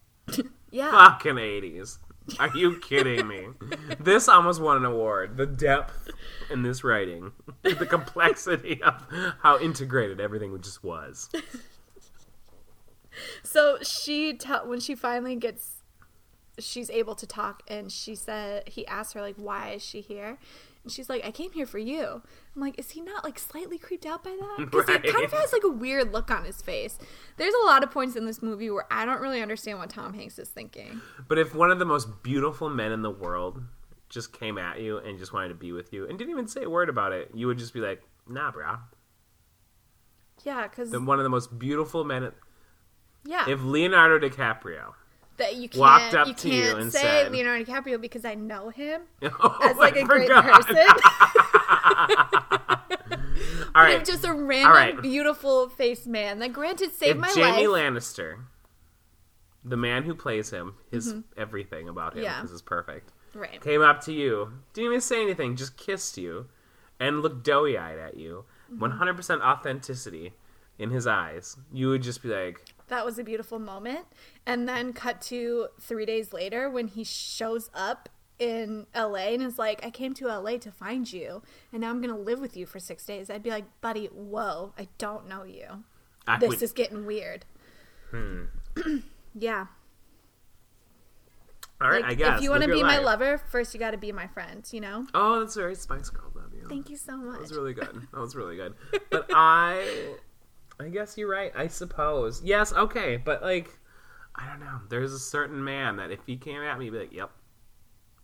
Speaker 1: Yeah.
Speaker 2: Fucking 80s. Are you kidding me? this almost won an award. The depth in this writing, the complexity of how integrated everything just was.
Speaker 1: So she tell when she finally gets she's able to talk and she said he asked her like why is she here? And she's like, I came here for you. I'm like, is he not like slightly creeped out by that? Because
Speaker 2: Right.
Speaker 1: he kind of has like a weird look on his face. There's a lot of points in this movie where I don't really understand what Tom Hanks is thinking.
Speaker 2: But if one of the most beautiful men in the world just came at you and just wanted to be with you and didn't even say a word about it, you would just be like, nah, bro.
Speaker 1: Yeah, because
Speaker 2: Then one of the most beautiful men.
Speaker 1: yeah,
Speaker 2: If Leonardo DiCaprio.
Speaker 1: that you can't
Speaker 2: walked up
Speaker 1: you
Speaker 2: to you
Speaker 1: can't
Speaker 2: and
Speaker 1: say
Speaker 2: said-
Speaker 1: Leonardo DiCaprio because I know him
Speaker 2: Oh,
Speaker 1: as like
Speaker 2: I
Speaker 1: a great
Speaker 2: forgot.
Speaker 1: person.
Speaker 2: All
Speaker 1: I'm
Speaker 2: right.
Speaker 1: just a random
Speaker 2: right.
Speaker 1: beautiful faced man that granted saved
Speaker 2: if
Speaker 1: my
Speaker 2: Jamie
Speaker 1: life.
Speaker 2: Lannister, the man who plays him, his everything about him,
Speaker 1: Mm-hmm. Yeah.
Speaker 2: this is perfect,
Speaker 1: right.
Speaker 2: came up to you, didn't even say anything, just kissed you, and looked doughy eyed at you,
Speaker 1: Mm-hmm.
Speaker 2: 100% authenticity in his eyes, you would just be like,
Speaker 1: That was a beautiful moment. And then cut to three days later when he shows up in LA and is like, I came to LA to find you and now I'm gonna live with you for six days. I'd be like, buddy, whoa, I don't know you.
Speaker 2: I
Speaker 1: This
Speaker 2: would- Hmm.
Speaker 1: is getting weird. yeah.
Speaker 2: all right,
Speaker 1: Like,
Speaker 2: I guess.
Speaker 1: If you want to
Speaker 2: live
Speaker 1: be
Speaker 2: your
Speaker 1: my
Speaker 2: life."
Speaker 1: lover, first you got to be my friend, you know?
Speaker 2: Oh, that's very Spice Girl, love you.
Speaker 1: Thank you so
Speaker 2: That
Speaker 1: much.
Speaker 2: was really good. That was really good. But I, I guess you're right. I suppose. Yes. Okay. But like, I don't know. There's a certain man that if he came at me, he'd be like, "Yep,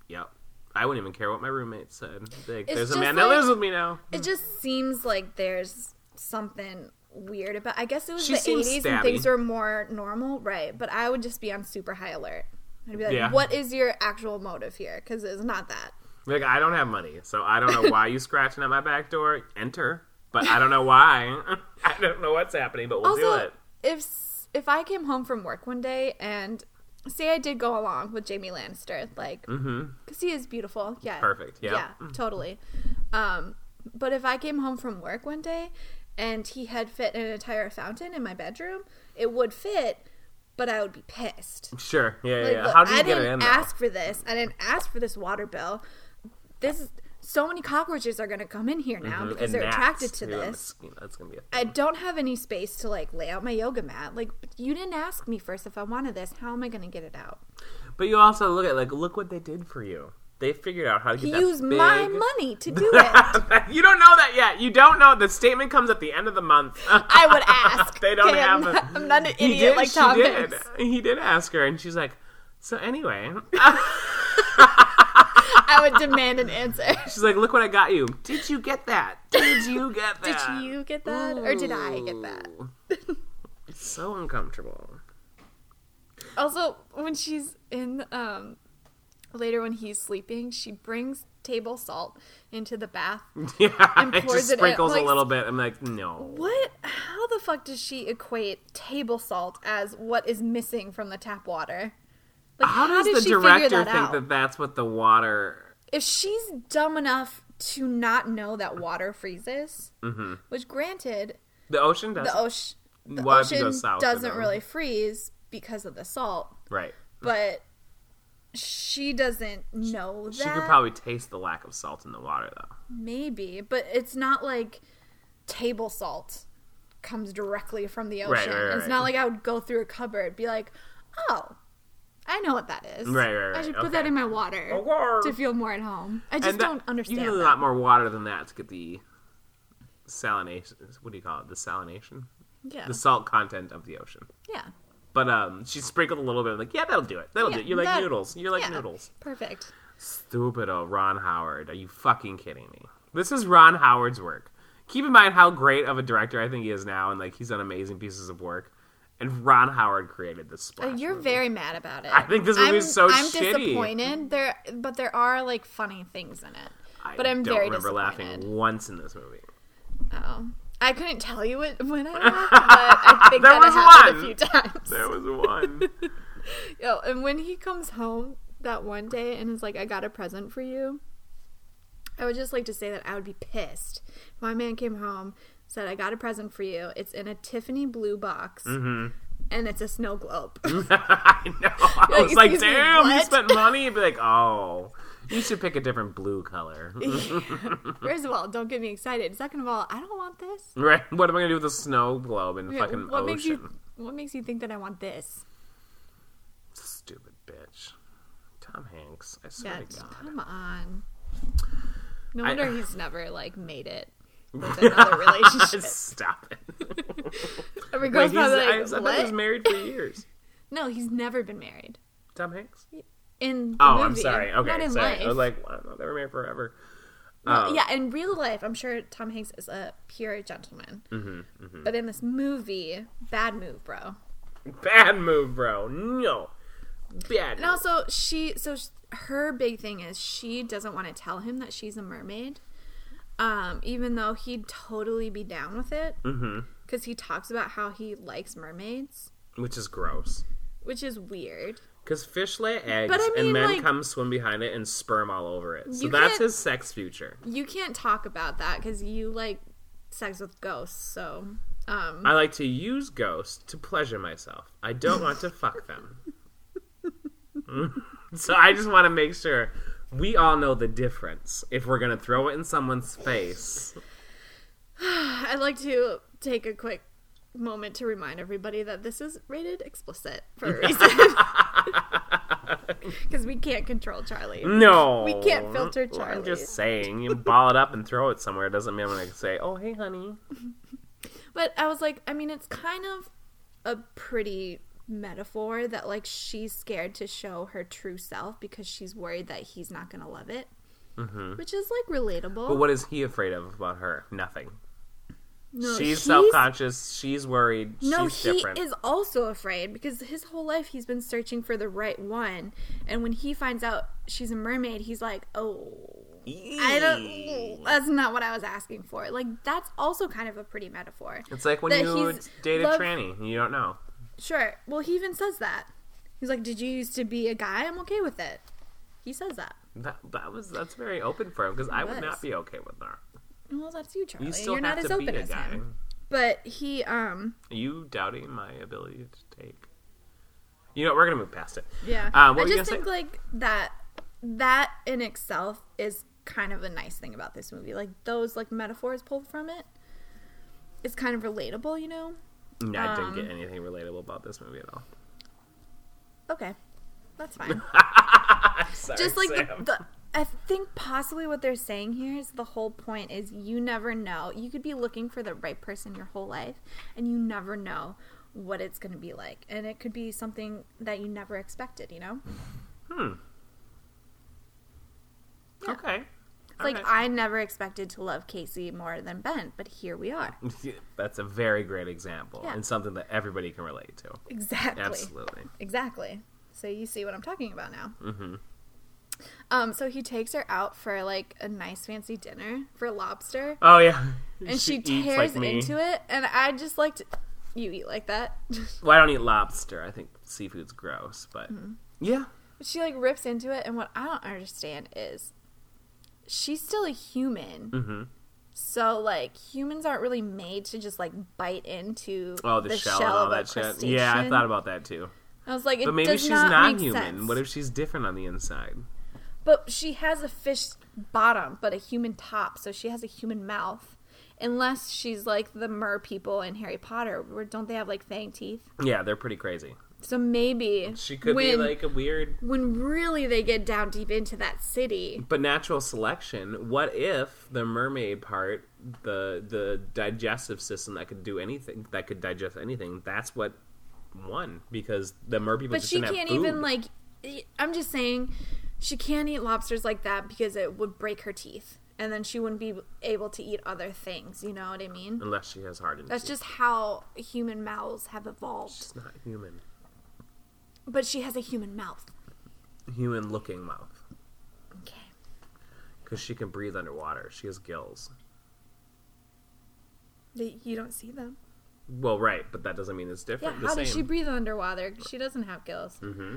Speaker 2: yep." I wouldn't even care what my roommate said. Like, there's a
Speaker 1: just
Speaker 2: man that
Speaker 1: like-
Speaker 2: lives with me now.
Speaker 1: it just seems like there's something weird about I guess it was
Speaker 2: She
Speaker 1: the
Speaker 2: seems
Speaker 1: 80s
Speaker 2: stabby.
Speaker 1: and things were more normal, right? But I would just be on super high alert. I'd be like,
Speaker 2: Yeah.
Speaker 1: what is your actual motive here? Because it's not that.
Speaker 2: Like I don't have money, so I don't know why you scratching at my back door. Enter, but I don't know why. I don't know what's happening, but we'll do
Speaker 1: also,
Speaker 2: it.
Speaker 1: if s- if I came home from work one day and say I did go along with Jamie Lannister, like, because he is beautiful, yeah,
Speaker 2: Mm-hmm. Perfect, yeah. Mm.
Speaker 1: yeah, totally. Um, but if I came home from work one day and he had fit an entire fountain in my bedroom, it would fit, but I would be pissed.
Speaker 2: Sure, yeah, yeah.
Speaker 1: Like,
Speaker 2: yeah.
Speaker 1: look,
Speaker 2: How do you
Speaker 1: I
Speaker 2: get
Speaker 1: didn't
Speaker 2: it in? though?
Speaker 1: ask for this. I didn't ask for this water bill. This is so many cockroaches are going to come in here now
Speaker 2: Mhm,
Speaker 1: because
Speaker 2: and
Speaker 1: they're
Speaker 2: gnats,
Speaker 1: attracted to
Speaker 2: too, and
Speaker 1: this.
Speaker 2: mosquito- That's gonna be a
Speaker 1: I don't have any space to like lay out my yoga mat. Like you didn't ask me first if I wanted this. How am I going to get it out?
Speaker 2: But you also look at like look what they did for you. They figured out how to get
Speaker 1: He
Speaker 2: that
Speaker 1: used
Speaker 2: big...
Speaker 1: my money to do it.
Speaker 2: you don't know that yet. You don't know. The statement comes at the end of the month.
Speaker 1: I would ask.
Speaker 2: They don't
Speaker 1: Okay,
Speaker 2: have
Speaker 1: I'm
Speaker 2: a-
Speaker 1: not, I'm not an
Speaker 2: he
Speaker 1: idiot
Speaker 2: did.
Speaker 1: like
Speaker 2: she
Speaker 1: Tom
Speaker 2: did.
Speaker 1: Hanks.
Speaker 2: He did ask her, and she's like, "So anyway,"
Speaker 1: I would demand an answer.
Speaker 2: she's like, "Look what I got you. Did you get that? Did you get
Speaker 1: Did
Speaker 2: that?
Speaker 1: you get that, or did I get that?
Speaker 2: Ooh. it's so uncomfortable.
Speaker 1: Also, when she's in um later when he's sleeping, she brings table salt into the bath.
Speaker 2: Yeah, it
Speaker 1: pours
Speaker 2: just
Speaker 1: it in,
Speaker 2: sprinkles
Speaker 1: like-
Speaker 2: a little bit. I'm like, no.
Speaker 1: What how the fuck does she equate table salt as what is missing from the tap water? Like
Speaker 2: How does
Speaker 1: did
Speaker 2: the
Speaker 1: she figure
Speaker 2: director
Speaker 1: that
Speaker 2: think
Speaker 1: out?
Speaker 2: that that's what the water?
Speaker 1: if she's dumb enough to not know that water freezes,
Speaker 2: Mm-hmm.
Speaker 1: which granted,
Speaker 2: The ocean does.
Speaker 1: the, oce- the
Speaker 2: Well, if you go
Speaker 1: ocean
Speaker 2: south, I
Speaker 1: doesn't
Speaker 2: know.
Speaker 1: really freeze because of the salt,
Speaker 2: right.
Speaker 1: but she doesn't know that.
Speaker 2: She could probably taste the lack of salt in the water, though.
Speaker 1: Maybe, but it's not like table salt comes directly from the ocean.
Speaker 2: Right, right, right,
Speaker 1: It's not like I would go through a cupboard be like, "Oh, I know what that is.
Speaker 2: Right, right,
Speaker 1: I should
Speaker 2: right,
Speaker 1: put that
Speaker 2: okay.
Speaker 1: in my water
Speaker 2: A water."
Speaker 1: to feel more at home." I just
Speaker 2: that-
Speaker 1: don't understand.
Speaker 2: You need a
Speaker 1: that.
Speaker 2: lot more water than that to get the salination. What do you call it? Desalination.
Speaker 1: yeah,
Speaker 2: The salt content of the ocean.
Speaker 1: yeah,
Speaker 2: But um, she sprinkled a little bit. Like, yeah, that'll do it. That'll
Speaker 1: Yeah,
Speaker 2: do it. You're like
Speaker 1: that-
Speaker 2: noodles. You're like
Speaker 1: yeah.
Speaker 2: noodles.
Speaker 1: Perfect.
Speaker 2: Stupid of Ron Howard. Are you fucking kidding me? This is Ron Howard's work. Keep in mind how great of a director I think he is now, and like he's done amazing pieces of work. And Ron Howard created this.
Speaker 1: Uh,
Speaker 2: Splash
Speaker 1: You're
Speaker 2: movie.
Speaker 1: very mad about it.
Speaker 2: I think this
Speaker 1: I'm,
Speaker 2: movie is so
Speaker 1: I'm
Speaker 2: shitty.
Speaker 1: disappointed. There, but there are like funny things in it.
Speaker 2: I
Speaker 1: but I'm
Speaker 2: don't
Speaker 1: very
Speaker 2: remember
Speaker 1: disappointed.
Speaker 2: laughing once in this movie.
Speaker 1: Oh, I couldn't tell you it when I laughed, but I think
Speaker 2: There
Speaker 1: that it
Speaker 2: was
Speaker 1: happened
Speaker 2: one.
Speaker 1: a few times.
Speaker 2: There was one.
Speaker 1: Yo, and when he comes home that one day and is like, I got a present for you, I would just like to say that I would be pissed. If my man came home, said, I got a present for you. It's in a Tiffany blue box,
Speaker 2: Mm-hmm.
Speaker 1: and it's a snow globe.
Speaker 2: I know. I was like,
Speaker 1: excuse me,
Speaker 2: damn, you
Speaker 1: what?"
Speaker 2: spent money. You'd be like, oh, you should pick a different blue color.
Speaker 1: First of all, don't get me excited. Second of all, I don't want this.
Speaker 2: right? What am I going to do with a snow globe and
Speaker 1: Yeah,
Speaker 2: fucking
Speaker 1: what
Speaker 2: ocean?
Speaker 1: makes you What makes you think that I want this?
Speaker 2: Stupid bitch. Tom Hanks. I swear
Speaker 1: That's
Speaker 2: to God.
Speaker 1: come on. No
Speaker 2: I-
Speaker 1: wonder he's never like made it with another relationship.
Speaker 2: Stop it.
Speaker 1: Every
Speaker 2: Wait,
Speaker 1: girl's
Speaker 2: he's,
Speaker 1: probably
Speaker 2: I, I
Speaker 1: like,
Speaker 2: thought
Speaker 1: what?
Speaker 2: he was married for years.
Speaker 1: No, he's never been married.
Speaker 2: Tom Hanks?
Speaker 1: In the
Speaker 2: Oh, I'm
Speaker 1: movie,
Speaker 2: sorry. Okay,
Speaker 1: not in
Speaker 2: sorry.
Speaker 1: life.
Speaker 2: I was like, uh, wow, they were married forever.
Speaker 1: Well, yeah, in real life, I'm sure Tom Hanks is a pure gentleman.
Speaker 2: Mm-hmm,
Speaker 1: But in this movie, bad move, bro.
Speaker 2: Bad move, bro. No. Bad
Speaker 1: And also, she so sh- her big thing is she doesn't want to tell him that she's a mermaid, um, even though he'd totally be down with it
Speaker 2: Mm-hmm.
Speaker 1: because he talks about how he likes mermaids,
Speaker 2: move. Which is gross.
Speaker 1: which is weird.
Speaker 2: Because fish lay eggs,
Speaker 1: But I mean,
Speaker 2: and men
Speaker 1: like-
Speaker 2: come swim behind it and sperm all over it. So
Speaker 1: You
Speaker 2: that's
Speaker 1: can't-
Speaker 2: his sex future.
Speaker 1: You can't talk about that because you like sex with ghosts, so um,
Speaker 2: I like to use ghosts to pleasure myself. I don't want to fuck them. so I just want to make sure we all know the difference if we're going to throw it in someone's face.
Speaker 1: I'd like to take a quick moment to remind everybody that this is rated explicit for a reason. Because we can't control Charlie.
Speaker 2: No.
Speaker 1: We can't filter
Speaker 2: I'm
Speaker 1: Charlie.
Speaker 2: just saying, you ball it up and throw it somewhere doesn't mean I'm going to say, oh, hey, honey.
Speaker 1: But I was like, I mean, it's kind of a pretty metaphor that, like, she's scared to show her true self because she's worried that he's not going to love it. Which is, like, relatable.
Speaker 2: But what is he afraid of about her? Nothing.
Speaker 1: No,
Speaker 2: she's self conscious. She's worried.
Speaker 1: No,
Speaker 2: she's
Speaker 1: he
Speaker 2: different.
Speaker 1: is also afraid because his whole life he's been searching for the right one, and when he finds out she's a mermaid, he's like, "Oh, I don't. That's not what I was asking for." Like that's also kind of a pretty metaphor.
Speaker 2: It's like when
Speaker 1: that
Speaker 2: you
Speaker 1: he's
Speaker 2: dated
Speaker 1: love-
Speaker 2: tranny. You don't know.
Speaker 1: Sure. Well, he even says that. He's like, "Did you used to be a guy? I'm okay with it." He says that.
Speaker 2: That, that was that's very open for him because I would
Speaker 1: was.
Speaker 2: not be okay with that.
Speaker 1: Well, that's you, Charlie.
Speaker 2: You still
Speaker 1: are
Speaker 2: have
Speaker 1: not
Speaker 2: to
Speaker 1: as
Speaker 2: be
Speaker 1: open
Speaker 2: a
Speaker 1: as
Speaker 2: guy.
Speaker 1: him. But he, um,
Speaker 2: Are you doubting my ability to take? You know what, we're gonna move past it.
Speaker 1: yeah.
Speaker 2: Um, what
Speaker 1: I
Speaker 2: were you
Speaker 1: just
Speaker 2: gonna
Speaker 1: think
Speaker 2: say?
Speaker 1: like that. That in itself is kind of a nice thing about this movie. Like those like metaphors pulled from it is kind of relatable, you know.
Speaker 2: No, I didn't
Speaker 1: um,
Speaker 2: get anything relatable about this movie at all.
Speaker 1: Okay, that's fine.
Speaker 2: Sorry,
Speaker 1: just like
Speaker 2: Sam.
Speaker 1: the, the I think possibly what they're saying here is the whole point is you never know. You could be looking for the right person your whole life and you never know what it's going to be like and it could be something that you never expected, you know? yeah.
Speaker 2: okay.
Speaker 1: It's like I never expected to love Casey more than Ben, but here we are.
Speaker 2: That's a very great example
Speaker 1: Yeah.
Speaker 2: and something that everybody can relate to.
Speaker 1: Exactly.
Speaker 2: Absolutely.
Speaker 1: Exactly. So you see what I'm talking about now. Mm-hmm. Um, so he takes her out for like a nice fancy dinner for lobster.
Speaker 2: Oh yeah.
Speaker 1: and she,
Speaker 2: eats
Speaker 1: tears
Speaker 2: like me.
Speaker 1: into it and i just like to, you eat like that
Speaker 2: Well, I don't eat lobster. I think seafood's gross, but
Speaker 1: Mm-hmm.
Speaker 2: yeah.
Speaker 1: But she like rips into it and what i don't understand is she's still a human
Speaker 2: Mm-hmm.
Speaker 1: so like humans aren't really made to just like bite into
Speaker 2: Oh, the, shell, and all
Speaker 1: of a
Speaker 2: that shit. Yeah, I
Speaker 1: crustacean.
Speaker 2: thought about that too.
Speaker 1: I was like it
Speaker 2: But maybe
Speaker 1: does
Speaker 2: she's
Speaker 1: not
Speaker 2: not
Speaker 1: make
Speaker 2: human.
Speaker 1: sense.
Speaker 2: What if she's different on the inside?
Speaker 1: but she has a fish bottom but a human top so she has a human mouth unless she's like the mer people in harry potter where don't they have like fang teeth
Speaker 2: Yeah, they're pretty crazy.
Speaker 1: so maybe
Speaker 2: She could be
Speaker 1: when-
Speaker 2: like a weird
Speaker 1: when really they get down deep into that city.
Speaker 2: But natural selection. What if the mermaid part, the the digestive system that could do anything, that could digest anything, that's what won because the mer people
Speaker 1: But
Speaker 2: just
Speaker 1: she
Speaker 2: didn't
Speaker 1: can't
Speaker 2: have food.
Speaker 1: even like. e- I'm just saying, she can't eat lobsters like that because it would break her teeth, and then she wouldn't be able to eat other things. You know what I mean?
Speaker 2: unless she has hardened.
Speaker 1: That's
Speaker 2: teeth.
Speaker 1: just how human mouths have evolved.
Speaker 2: She's not human.
Speaker 1: But she has a human mouth.
Speaker 2: Human looking mouth
Speaker 1: Okay.
Speaker 2: because she can breathe underwater. She has gills.
Speaker 1: They- You don't see them.
Speaker 2: Well, right, but that doesn't mean it's
Speaker 1: Yeah.
Speaker 2: different. the
Speaker 1: how
Speaker 2: same.
Speaker 1: does she breathe underwater? She doesn't have gills. Mm-hmm.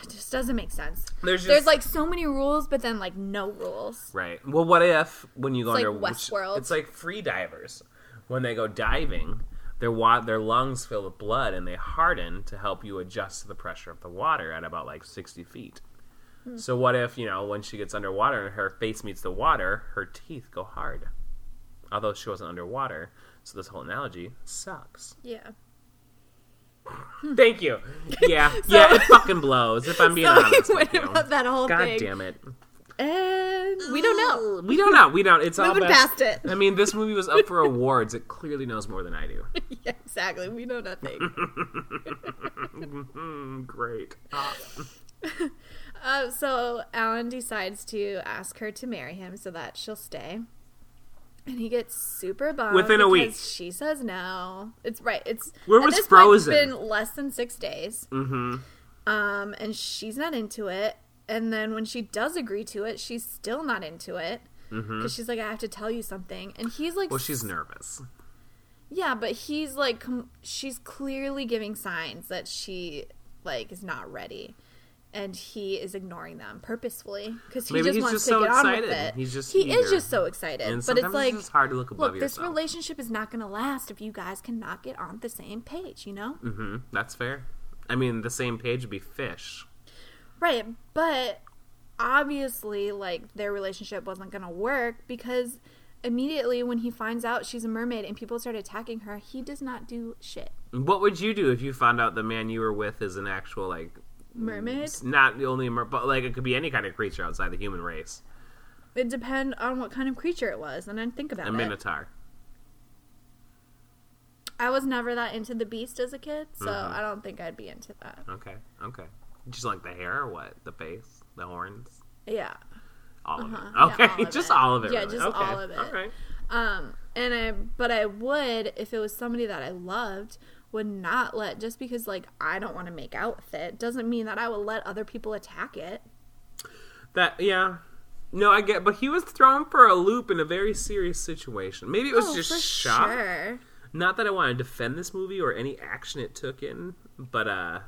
Speaker 1: it just doesn't make sense.
Speaker 2: There's just
Speaker 1: There's like so many rules, but then like no rules.
Speaker 2: Right. Well, what if when you go
Speaker 1: It's like
Speaker 2: under which-
Speaker 1: Westworld.
Speaker 2: It's like free divers when they go diving. Their wa- their lungs fill with blood and they harden to help you adjust to the pressure of the water at about like sixty feet.
Speaker 1: Hmm.
Speaker 2: So what if you know when she gets underwater and her face meets the water, her teeth go hard. Although she wasn't underwater, so this whole analogy sucks.
Speaker 1: Yeah. Hmm.
Speaker 2: Thank you. Yeah, yeah, it fucking blows. If I'm being honest with
Speaker 1: What
Speaker 2: you,
Speaker 1: about that whole
Speaker 2: god
Speaker 1: thing?
Speaker 2: damn it.
Speaker 1: And we don't know.
Speaker 2: We don't know. We don't. It's all
Speaker 1: Moving
Speaker 2: best-
Speaker 1: past it.
Speaker 2: I mean, this movie was up for awards. It clearly knows more than I do.
Speaker 1: Yeah, exactly. We know nothing.
Speaker 2: Mm, great.
Speaker 1: uh, so Alan decides to ask her to marry him so that she'll stay. And he gets super bummed
Speaker 2: Within a
Speaker 1: because
Speaker 2: week.
Speaker 1: She says no. It's right. It's
Speaker 2: Where
Speaker 1: at
Speaker 2: was
Speaker 1: this point,
Speaker 2: Frozen?
Speaker 1: it's been less than six days.
Speaker 2: Mm-hmm.
Speaker 1: Um, and she's not into it. And then when she does agree to it, she's still not into it because she's like, "I have to tell you something." And he's like,
Speaker 2: Mm-hmm. Well, she's nervous.
Speaker 1: Yeah, but he's like, com- she's clearly giving signs that she like is not ready, and he is ignoring them purposefully because he
Speaker 2: Maybe
Speaker 1: just
Speaker 2: he's
Speaker 1: wants
Speaker 2: just
Speaker 1: to
Speaker 2: so
Speaker 1: get on
Speaker 2: excited.
Speaker 1: with it.
Speaker 2: He's just
Speaker 1: he is
Speaker 2: eager.
Speaker 1: just so excited,
Speaker 2: And
Speaker 1: but
Speaker 2: sometimes
Speaker 1: it's like,
Speaker 2: just hard to look above
Speaker 1: look, this
Speaker 2: yourself.
Speaker 1: relationship is not going to last if you guys cannot get on the same page, you know?
Speaker 2: hmm That's fair. I mean, the same page would be fish.
Speaker 1: Right, but obviously, like their relationship wasn't going to work because immediately when he finds out she's a mermaid and people start attacking her, he does not do shit.
Speaker 2: What would you do if you found out the man you were with is an actual like
Speaker 1: Mermaid.
Speaker 2: s- not the only mer- but like it could be any kind of creature outside the human race,
Speaker 1: It depend on what kind of creature it was, and then think about
Speaker 2: a
Speaker 1: it.
Speaker 2: minotaur.
Speaker 1: I was never that into the beast as a kid, so
Speaker 2: Mm-hmm.
Speaker 1: I don't think I'd be into that.
Speaker 2: Okay, okay. Just like the hair or what? The face, the horns,
Speaker 1: Yeah.
Speaker 2: all
Speaker 1: Uh-huh.
Speaker 2: of it.
Speaker 1: Yeah,
Speaker 2: Okay,
Speaker 1: all of
Speaker 2: just
Speaker 1: it.
Speaker 2: all of it.
Speaker 1: Yeah,
Speaker 2: really.
Speaker 1: just
Speaker 2: Okay,
Speaker 1: all of it.
Speaker 2: All right.
Speaker 1: Um, and I but I would if it was somebody that I loved would not let just because like I don't want to make out with it doesn't mean that I will let other people attack it.
Speaker 2: That yeah. No, I get, but he was thrown for a loop in a very serious situation. Maybe it was
Speaker 1: Oh,
Speaker 2: just
Speaker 1: for
Speaker 2: shock.
Speaker 1: sure.
Speaker 2: Not that I want to defend this movie or any action it took in, but uh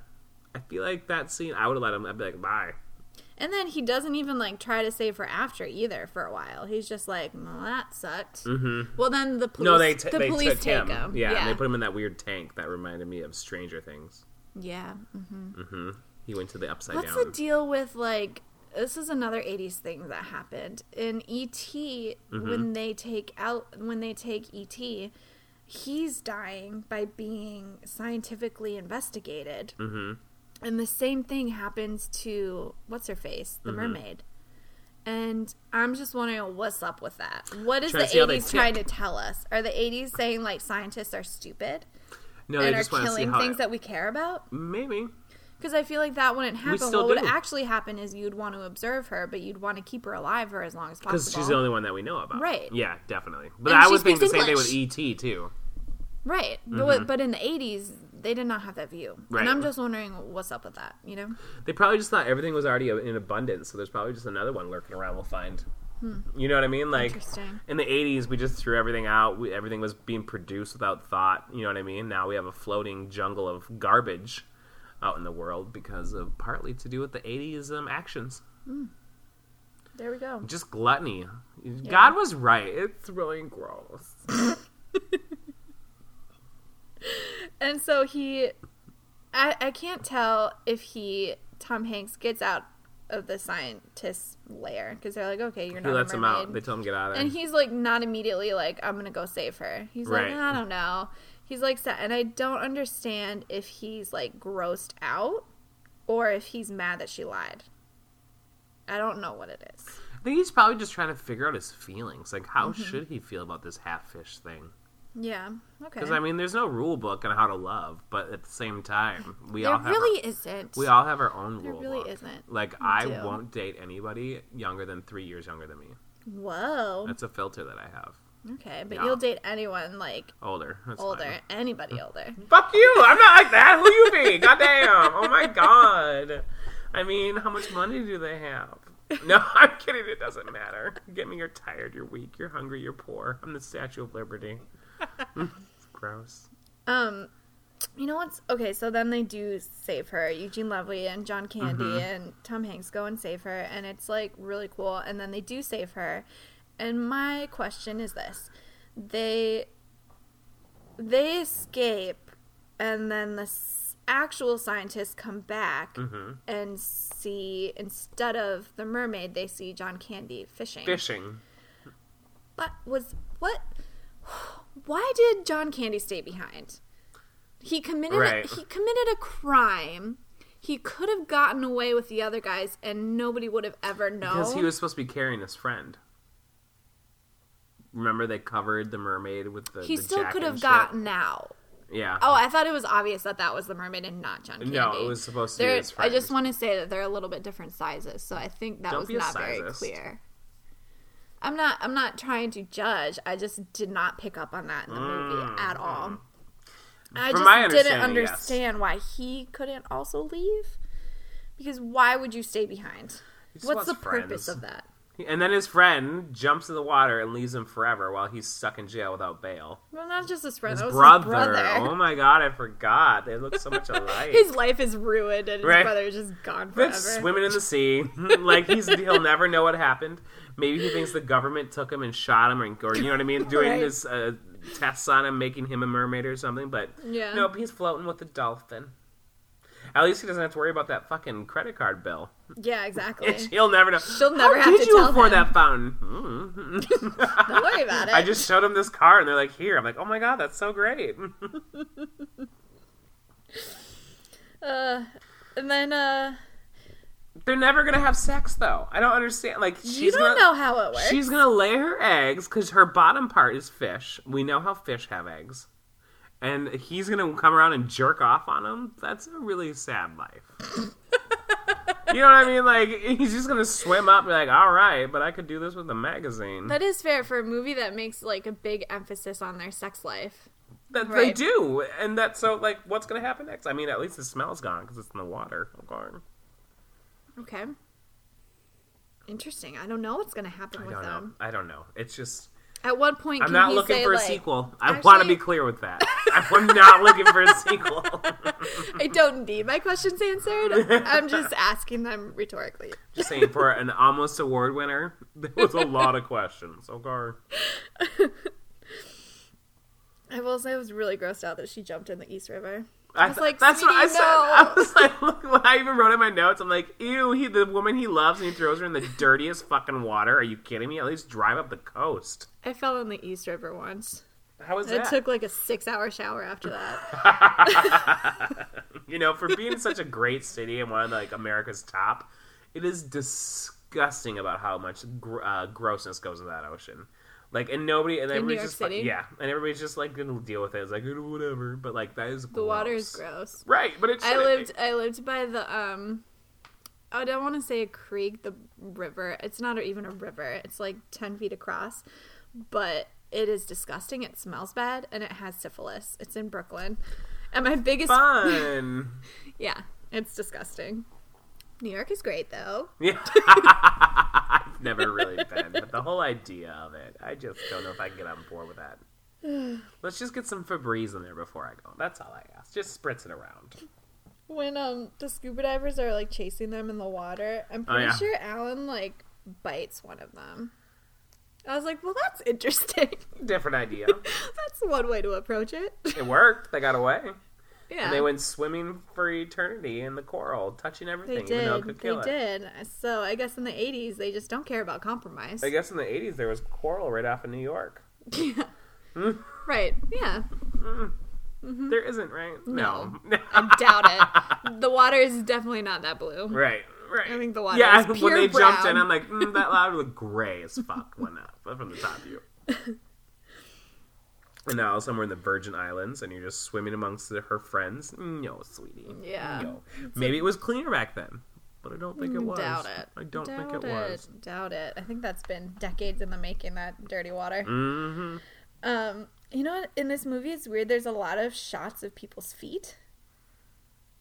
Speaker 2: I feel like that scene I would have let him I'd be like, bye.
Speaker 1: And then he doesn't even like try to save her after either for a while. He's just like, well, that sucked. Mm-hmm. Well, then the police,
Speaker 2: no, they t-
Speaker 1: the
Speaker 2: they
Speaker 1: police
Speaker 2: took
Speaker 1: take
Speaker 2: him. Yeah,
Speaker 1: yeah.
Speaker 2: and they put him in that weird tank that reminded me of Stranger Things.
Speaker 1: yeah.
Speaker 2: He went to the upside
Speaker 1: What's
Speaker 2: down.
Speaker 1: the deal with like this is another 80s thing that happened in ET
Speaker 2: Mm-hmm.
Speaker 1: when they take out when they take ET he's dying by being scientifically investigated. Mm-hmm. And the same thing happens to what's her face, the
Speaker 2: Mm-hmm.
Speaker 1: mermaid. And I'm just wondering what's up with that. What is
Speaker 2: Trying
Speaker 1: the
Speaker 2: to see how they
Speaker 1: 80s trying to
Speaker 2: tick.
Speaker 1: tell us? Are the 80s saying like scientists are stupid
Speaker 2: no, Oh, they
Speaker 1: and are
Speaker 2: just want to see
Speaker 1: killing
Speaker 2: how
Speaker 1: things
Speaker 2: it-
Speaker 1: that we care about?
Speaker 2: maybe.
Speaker 1: Because I feel like that wouldn't happen.
Speaker 2: still
Speaker 1: What would
Speaker 2: do.
Speaker 1: actually happen is you'd want to observe her, but you'd want to keep her alive for as long as
Speaker 2: Because
Speaker 1: possible.
Speaker 2: she's the only one that we know about.
Speaker 1: Right.
Speaker 2: Yeah, definitely. But
Speaker 1: And
Speaker 2: I
Speaker 1: she
Speaker 2: would think the
Speaker 1: speaks
Speaker 2: same thing with E.
Speaker 1: English.
Speaker 2: T. too.
Speaker 1: right. But what But in the 80s, they did not have that view.
Speaker 2: Mm-hmm. Right.
Speaker 1: And I'm just wondering what's up with that, you know?
Speaker 2: They probably just thought everything was already in abundance, so there's probably just another one lurking around. We'll find. You know what I mean? Like
Speaker 1: Hmm. Interesting.
Speaker 2: in the '80s, we just threw everything out. We, everything was being produced without thought. You know what I mean? Now we have a floating jungle of garbage out in the world because of partly to do with the '80s um, actions.
Speaker 1: There we go.
Speaker 2: Just gluttony. God was right. It's really gross.
Speaker 1: And so he. I, I can't tell if he, Tom Hanks, gets out of the scientist's lair. Because they're like, okay, you're
Speaker 2: He
Speaker 1: not
Speaker 2: lets
Speaker 1: a
Speaker 2: him out.
Speaker 1: mermaid.
Speaker 2: They tell him to get out of there.
Speaker 1: And he's like not immediately like I'm gonna go save her. He's
Speaker 2: Right.
Speaker 1: like I don't know. He's like sa- and I don't understand if he's like grossed out or if he's mad that she lied. I don't know what it is.
Speaker 2: I think he's probably just trying to figure out his feelings. Like, how
Speaker 1: Mm-hmm.
Speaker 2: should he feel about this half fish thing?
Speaker 1: Yeah. Okay.
Speaker 2: Because I mean, there's no rule book on how to love, but at the same time, we
Speaker 1: there
Speaker 2: all have our-
Speaker 1: really isn't.
Speaker 2: we all have our own
Speaker 1: There
Speaker 2: rule.
Speaker 1: really
Speaker 2: book.
Speaker 1: isn't.
Speaker 2: Like, I
Speaker 1: do.
Speaker 2: won't date anybody younger than three years younger than me.
Speaker 1: Whoa.
Speaker 2: That's a filter that I have.
Speaker 1: Okay, but
Speaker 2: Yeah.
Speaker 1: you'll date anyone like
Speaker 2: Older, That's
Speaker 1: older,
Speaker 2: fine.
Speaker 1: anybody older.
Speaker 2: Fuck you! I'm not like that. Who you be? Goddamn! Oh my god! I mean, how much money do they have? No, I'm kidding. It doesn't matter. Get me. You're tired. You're weak. You're hungry. You're poor. I'm the Statue of Liberty. Gross.
Speaker 1: Um, you know what's okay? So then they do save her. Eugene Levy and John Candy and Tom Hanks go and save her, and it's like really cool. And then they do save her. And my question is this: they they escape, and then the s- actual scientists come back and see instead of the mermaid, they see John Candy fishing.
Speaker 2: Fishing.
Speaker 1: But was what? Why did John Candy stay behind? He committed
Speaker 2: Right.
Speaker 1: he committed a crime. He could have gotten away with the other guys, and nobody would have ever known.
Speaker 2: Because he was supposed to be carrying his friend. Remember they covered the mermaid with the.
Speaker 1: He
Speaker 2: the
Speaker 1: still
Speaker 2: jacket
Speaker 1: could
Speaker 2: and
Speaker 1: have
Speaker 2: shit?
Speaker 1: gotten out.
Speaker 2: Yeah.
Speaker 1: Oh, I thought it was obvious that that was the mermaid and not John Candy.
Speaker 2: no, it was supposed to be
Speaker 1: They're-
Speaker 2: his
Speaker 1: I
Speaker 2: friend.
Speaker 1: just want to say that they're a little bit different sizes, so I think that
Speaker 2: Don't
Speaker 1: was
Speaker 2: be a
Speaker 1: not very
Speaker 2: sizist.
Speaker 1: clear. I'm not. I'm not trying to judge. I just did not pick up on that in the movie at all. I
Speaker 2: Mm, From
Speaker 1: just
Speaker 2: my
Speaker 1: didn't
Speaker 2: understanding, yes.
Speaker 1: understand why he couldn't also leave. Because why would you stay behind?
Speaker 2: just
Speaker 1: What's
Speaker 2: wants
Speaker 1: the purpose
Speaker 2: friends.
Speaker 1: of that?
Speaker 2: And then his friend jumps in the water and leaves him forever while he's stuck in jail without bail.
Speaker 1: Well, not just his friend.
Speaker 2: His
Speaker 1: that was
Speaker 2: brother.
Speaker 1: His, brother.
Speaker 2: Oh my god, I forgot. They look so much alike.
Speaker 1: his life is ruined, and his
Speaker 2: Right.
Speaker 1: brother is just gone
Speaker 2: They're
Speaker 1: forever.
Speaker 2: swimming in the sea. like he's he'll never know what happened. Maybe he thinks the government took him and shot him, or, or you know what I mean, doing
Speaker 1: Right.
Speaker 2: his uh, tests on him, making him a mermaid or something. But
Speaker 1: Yeah.
Speaker 2: nope, he's floating with the dolphin. At least he doesn't have to worry about that fucking credit card bill.
Speaker 1: Yeah, exactly.
Speaker 2: And she'll never know.
Speaker 1: She'll never
Speaker 2: How
Speaker 1: have
Speaker 2: did
Speaker 1: to
Speaker 2: you
Speaker 1: tell
Speaker 2: afford
Speaker 1: him."
Speaker 2: that fountain? Mm.
Speaker 1: Don't worry about it.
Speaker 2: I just showed him this car, and they're like, "Here." I'm like, "Oh my god, that's so great."
Speaker 1: Uh, and then uh,
Speaker 2: they're never gonna have sex, though. I don't understand. Like, she's
Speaker 1: you don't
Speaker 2: gonna-
Speaker 1: know how it works.
Speaker 2: She's gonna lay her eggs because her bottom part is fish. We know how fish have eggs, and he's gonna come around and jerk off on them. That's a really sad life. You know what I mean? Like he's just gonna swim up, and be like, all right, but I could do this with a magazine.
Speaker 1: That is fair for a movie that makes like a big emphasis on their sex life.
Speaker 2: that they
Speaker 1: right.
Speaker 2: do, and that's so like, what's gonna happen next? I mean, at least the smell's gone because it's in the water. Okay.
Speaker 1: Okay. Interesting. I don't know what's going to happen
Speaker 2: I
Speaker 1: with
Speaker 2: don't know.
Speaker 1: them.
Speaker 2: I don't know. It's just
Speaker 1: At one point,
Speaker 2: I'm
Speaker 1: can
Speaker 2: not
Speaker 1: he
Speaker 2: looking
Speaker 1: say,
Speaker 2: for a
Speaker 1: like,
Speaker 2: sequel. I
Speaker 1: actually-
Speaker 2: want to be clear with that. I'm not looking for a sequel.
Speaker 1: I don't need my questions answered. I'm just asking them rhetorically.
Speaker 2: Just saying, for an almost award winner, there was a lot of questions. Okay.
Speaker 1: I will say I was really grossed out that she jumped in the East River.
Speaker 2: I
Speaker 1: was
Speaker 2: th-
Speaker 1: like,
Speaker 2: that's what I
Speaker 1: "Sweetie,
Speaker 2: said. I was like, look, when I even wrote in my notes, I'm like, ew, he, the woman he loves and he throws her in the dirtiest fucking water. Are you kidding me? At least drive up the coast.
Speaker 1: I fell in the East River once.
Speaker 2: How was
Speaker 1: I
Speaker 2: that?
Speaker 1: took like a six hour shower after that.
Speaker 2: you know, for being such a great city and one of like America's top, it is disgusting about how much gr- uh, grossness goes into that ocean. Like, and nobody, and everybody's
Speaker 1: York
Speaker 2: just fi-
Speaker 1: City?
Speaker 2: yeah, and everybody's just like gonna deal with it. It's like "Eh, whatever, but like that is
Speaker 1: The water is gross.
Speaker 2: right? But it's
Speaker 1: I lived I lived by the um I don't want to say a creek, the river. It's not even a river. It's like 10 feet across. But it is disgusting. It smells bad and it has syphilis. It's in Brooklyn. And my biggest
Speaker 2: fun.
Speaker 1: Yeah, it's disgusting. New York is great though.
Speaker 2: Yeah. I've never really been, but the whole idea of it, I just don't know if I can get on board with that. Let's just get some Febreze in there before I go. That's all I ask. Just spritz it around.
Speaker 1: When um the scuba divers are like chasing them in the water, I'm
Speaker 2: Oh,
Speaker 1: pretty
Speaker 2: yeah.
Speaker 1: sure Alan like bites one of them. I was like, well, that's interesting.
Speaker 2: Different idea.
Speaker 1: that's one way to approach it.
Speaker 2: It worked. They got away.
Speaker 1: yeah,
Speaker 2: And they went swimming for eternity in the coral, touching
Speaker 1: They
Speaker 2: everything, even though it
Speaker 1: did.
Speaker 2: could
Speaker 1: They
Speaker 2: kill it.
Speaker 1: did. So I guess in the '80s, they just don't care about compromise.
Speaker 2: I guess in the 80s, there was coral right off in New York.
Speaker 1: Yeah.
Speaker 2: Hmm?
Speaker 1: right. Yeah.
Speaker 2: There isn't, right?
Speaker 1: Mm-hmm. No. I doubt it. The water is definitely not that blue.
Speaker 2: Right, right.
Speaker 1: I think the water
Speaker 2: Yeah,
Speaker 1: is
Speaker 2: when
Speaker 1: pure
Speaker 2: they jumped in,
Speaker 1: brown.
Speaker 2: I'm like, mm, that ladder looked gray as fuck when up from the top view. and now somewhere in the Virgin Islands, and you're just swimming amongst the, her friends. No, sweetie.
Speaker 1: Yeah. Mm,
Speaker 2: No. Maybe it was cleaner back then, but I don't think it was.
Speaker 1: Doubt it.
Speaker 2: I don't
Speaker 1: Doubt
Speaker 2: think it, was.
Speaker 1: Doubt it. I think that's been decades in the making. That dirty water.
Speaker 2: Mm-hmm.
Speaker 1: Um, you know, what? in this movie, it's weird. There's a lot of shots of people's feet.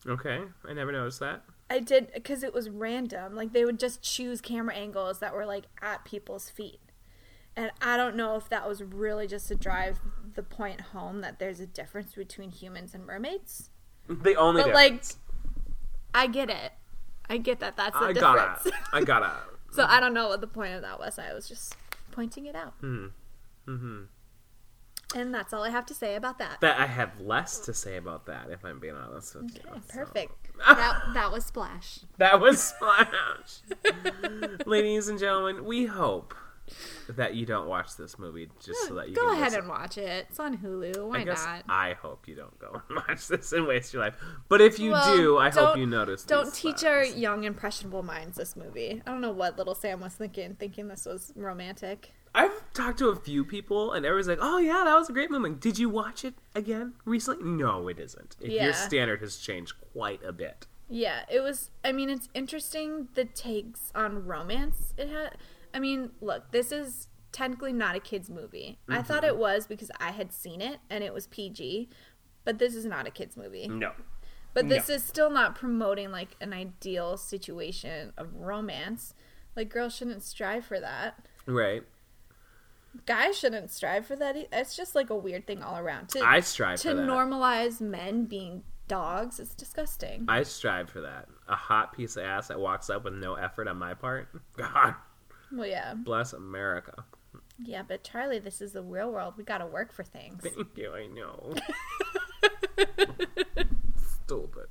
Speaker 2: Okay, I never noticed that.
Speaker 1: I did because it was random. Like they would just choose camera angles that were like at people's feet. And I don't know if that was really just to drive the point home that there's a difference between humans and mermaids.
Speaker 2: The only
Speaker 1: But like,
Speaker 2: difference.
Speaker 1: I get it. I get that that's the
Speaker 2: I got
Speaker 1: difference.
Speaker 2: it. I got it.
Speaker 1: so I don't know what the point of that was. I was just pointing it out.
Speaker 2: Hmm. Mm-hmm.
Speaker 1: And that's all I have to say about that.
Speaker 2: That I have less to say about that, if I'm being honest with you.
Speaker 1: Okay,
Speaker 2: so.
Speaker 1: perfect. that, that was Splash.
Speaker 2: That was Splash. Ladies and gentlemen, we hope that you don't watch this movie just so that you
Speaker 1: Go
Speaker 2: can
Speaker 1: ahead
Speaker 2: listen.
Speaker 1: and watch it. It's on Hulu. Why
Speaker 2: I guess
Speaker 1: not?
Speaker 2: I hope you don't go and watch this and waste your life. But if you
Speaker 1: Well,
Speaker 2: do, I hope
Speaker 1: don't-
Speaker 2: you notice.
Speaker 1: Don't
Speaker 2: these
Speaker 1: teach our
Speaker 2: signs.
Speaker 1: young impressionable minds this movie. I don't know what little Sam was thinking, thinking this was romantic.
Speaker 2: I've talked to a few people, and everyone's like, "Oh yeah, that was a great moment." Did you watch it again recently? No, it isn't.
Speaker 1: Yeah.
Speaker 2: Your standard has changed quite a bit.
Speaker 1: Yeah, it was. I mean, it's interesting the takes on romance it had. I mean, look, this is technically not a kids movie.
Speaker 2: Mm-hmm.
Speaker 1: I thought it was because I had seen it and it was PG, but this is not a kids movie.
Speaker 2: No,
Speaker 1: But this
Speaker 2: No.
Speaker 1: is still not promoting like an ideal situation of romance. Like girls shouldn't strive for that.
Speaker 2: right?
Speaker 1: guys shouldn't strive for that. e- It's just like a weird thing all around. To,
Speaker 2: I strive
Speaker 1: to
Speaker 2: for that.
Speaker 1: normalize men being dogs is disgusting.
Speaker 2: I strive for that. A hot piece of ass that walks up with no effort on my part. God
Speaker 1: Well, yeah,
Speaker 2: bless America.
Speaker 1: yeah, but Charlie, this is the real world. We gotta work for things.
Speaker 2: Thank you, I know. Stupid.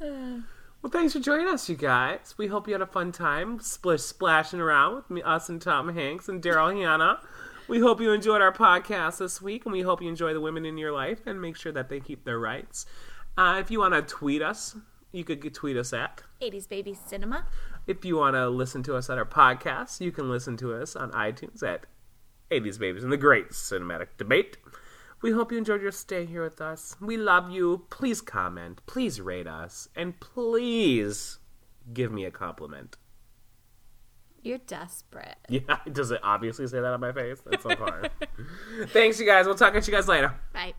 Speaker 2: Well, thanks for joining us, you guys. We hope you had a fun time splish splashing around with me, us and Tom Hanks and Daryl Hannah. We hope you enjoyed our podcast this week, and we hope you enjoy the women in your life and make sure that they keep their rights. Uh, if you want to tweet us, you could get- tweet us at
Speaker 1: 80s baby cinema.
Speaker 2: If you want to listen to us at our podcast, you can listen to us on iTunes at 80s Babies and the Great Cinematic Debate. We hope you enjoyed your stay here with us. We love you. Please comment, please rate us, and please Give me a compliment.
Speaker 1: You're desperate.
Speaker 2: Yeah, does it obviously say that on my face? That's so hard. Thanks, you guys. We'll talk at you guys later.
Speaker 1: Bye.